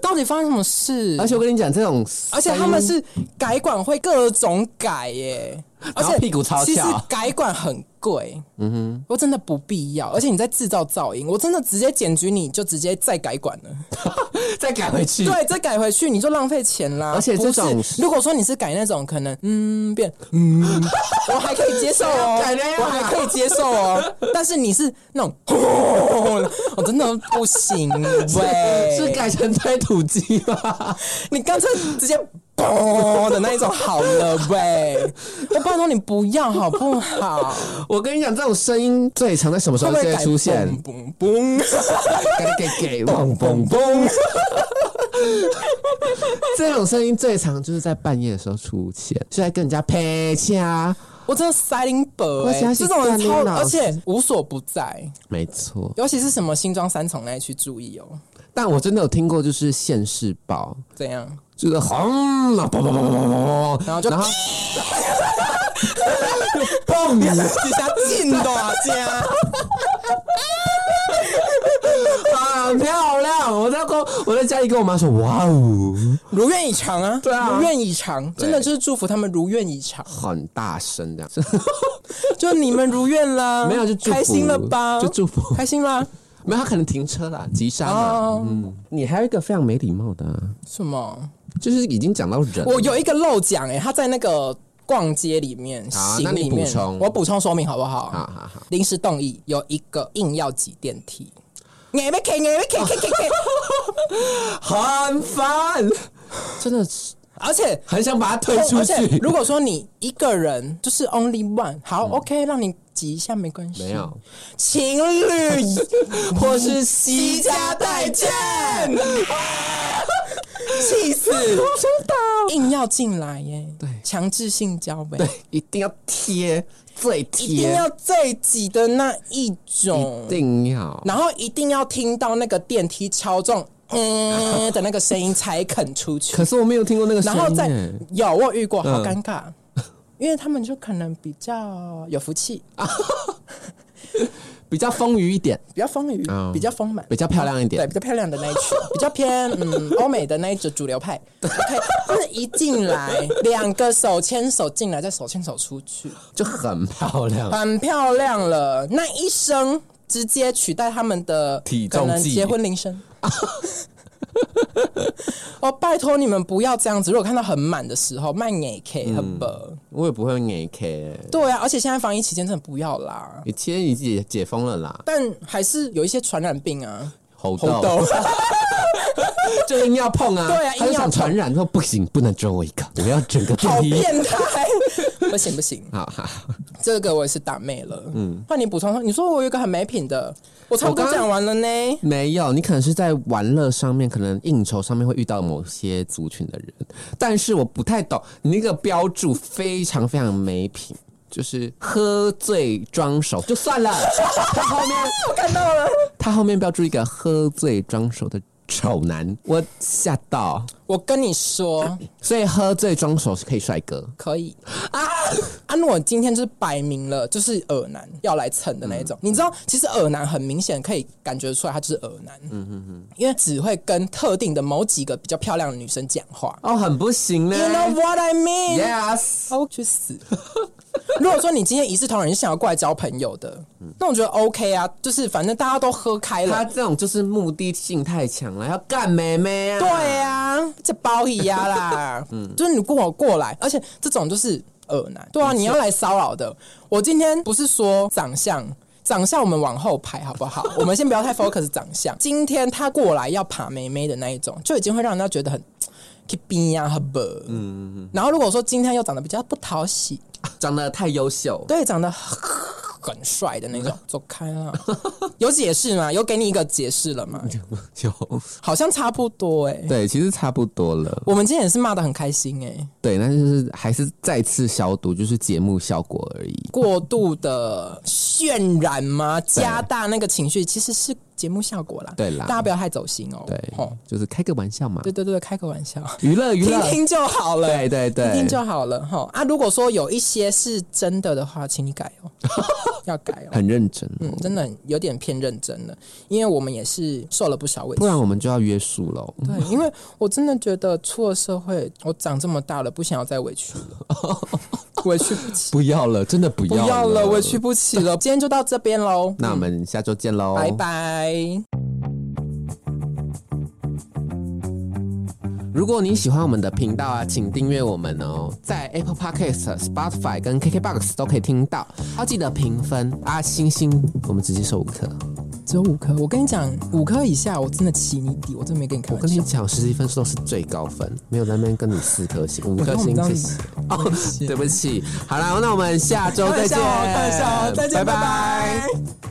到底发生什么事？
而且我跟你讲，这种
而且他们是改管会各种改耶，而
然后
且
屁股超翘
其实改管很贵，嗯哼，我真的不必要。而且你在制造噪音，我真的直接检举你就直接再改管了，
再改回去，
对，再改回去你就浪费钱啦。
而且这种
不是如果说你是改那种可能嗯变嗯，我还可以接受 哦，
改那样
我
啊
还可以接受哦。但是你是那种， 我真的不行喂，
是改成推土机吧？
你干脆直接嘣的那一种好了喂，我拜托你不要好不好？
我跟你讲，这种声音最常在什么时
会
候
不会
最
改
出现？
嘣嘣嘣
给给 给，嘣嘣
嘣嘣？
这种声音最常就是在半夜的时候出现，就在跟人家拍掐。
我真的塞林伯
我
哎，
想起
这种人超
干，你老
而
师
且无所不在，
没错，
尤其是什么新庄三重那一区，注意哦。
但我真的有听过，就是现世报，
怎 样？
就是轰啦，嘣嘣嘣嘣嘣
然后就
嘣，然后
嘣一下进大家，
啊，漂亮！我在跟我在家里跟我妈说，哇哦，
如愿以偿啊！
对啊
如愿以偿，真的就是祝福他们如愿以偿，
很大声 这样，
就你们如愿啦。
没有就祝福
开心了吧？
就祝福，
开 心啦。
没有他可能停车啦，急刹嘛。
哦，
嗯，你还有一个非常没礼貌的啊、
什么？
就是已经讲到人了，
我有一个漏讲哎、他在那个逛街里面，
好
行
啊那你
里面
补充
我补充说明好不好？
好好好，
临时动议有一个硬要挤 电梯，你们可以，你们可以，可以，可以，可以
很烦，真的是
而且。
很想把他推出
哦而且
去。嗯
如果说你一个人就是 only one，好、OK，让你挤一下没关系。
没有，
情侣 或是西家带见，气死！真的硬要进来耶，
对
强制性交呗。
对，一定要贴最
一定
贴，
要最挤的那一种
一，定要。
然后一定要听到那个电梯敲中 嗯的那个声音才肯出去
可，是我没有听过那个声音耶，
然后再有我有遇过，好
嗯
尴尬，因为他们就可能比较有福气，
比较丰腴一点，
比较丰腴，
嗯
比较丰满，
比较漂亮一点
对，比较漂亮的那一 群，比较偏嗯欧美的那一种主流派。OK，他们一进来，两个手牵手进来，再手牵手出去，
就很漂亮。
很漂亮了，那一声直接取代他们的
体
可
重
能
计
结婚铃声。 哦，拜托你们不要这样子。如果看到很满的时候，卖给
嗯
K 很本。
我也不会给 K，
对啊，而且现在防疫期间真的不要啦。
你其实你解解封了啦，
但还是有一些传染病啊，
猴
红
痘
豆
就硬要碰 啊，
对啊
他就
硬要
想
碰
传染，说不行，不能只有我一个，我要整个电
好
梯。
变态， 不行不行，
好好，
这个我也是打妹了。嗯，换你补充，你说我有一个很没品的，我差不多讲完了呢。
没有，你可能是在玩乐上面，可能应酬上面会遇到某些族群的人，但是我不太懂你那个标注非常非常没品，就是喝醉装熟就算了， 他后面
我看到了，
他后面标注一个喝醉装熟的丑男，我吓到，
我跟你说，
所以喝醉装熟是可以帅哥，
可以啊！安诺今天就是摆明了，就是耳男要来蹭的那一种。你知道，其实耳男很明显可以感觉出来，他就是耳男。嗯嗯嗯，因为只会跟特定的某几个比较漂亮的女生讲话。
哦，很不行呢
You know what I mean？
，yes。
哦，去死！ 如果说你今天一视同仁，你是想要过来交朋友的，那我觉得 OK 啊，就是反正大家都喝开
他
了。
这种就是目的性太强了，要干妹妹啊！
对啊，这包一呀 啦，就是你跟我过来，而且这种就是恶男，对啊，你要来骚扰的。我今天不是说长相。长相我们往后排好不好？我们先不要太 focus 长 相。今天他过来要爬妹妹的那一种，就已经会让人家觉得很 k e e 呀，很不。嗯嗯然后如果说今天又长得比较不讨喜，
长得太优 秀，
对，长得很帅的那 种，走开啦！有解释吗？有给你一个解释了 吗？
就
好像差不多哎、
对，其实差不多了。
我们今天也是骂的很开心哎、
对，那就是还是再次消毒，就是节目效果而已。
过度的渲染吗？加大那个情绪，其实是节目效果啦。
对啦
大家不要太走心哦。
对
吼，
就是开个玩笑嘛，
对对对，开个 玩笑，
娱乐娱
听
乐。
听就好了。
对对对，
听听就好了哈啊！如果说有一些是真的的话，请你改 哦，要改哦，
很认真，
嗯，真的有点偏认真了，因为我们也是受了不少委屈
不。然我们就要约束 喽。
对，因为我真的觉得出了社会，我长这么大了，不想要再委屈了，委屈不起，
不要了，真的不
不
要
要了，
了，
委屈。不起了。今天就到这边喽，
那我们下周见喽，
拜。拜。
如果你喜欢我们的频道啊，请订阅我们哦，在 Apple Podcast、Spotify 跟 KKBox 都可以听到。要记得评分啊，星星，我们直接收五颗。
只有五颗，我跟你讲，五颗以下我真的起你底，我真的没跟你开
我
玩
跟你
笑。
讲，实际分数都是最高分，没有在那边跟你四颗星、五颗星，谢谢。
哦，
对不起，好啦，那我们下周再见，
开玩笑哦开玩笑哦再见
拜
拜拜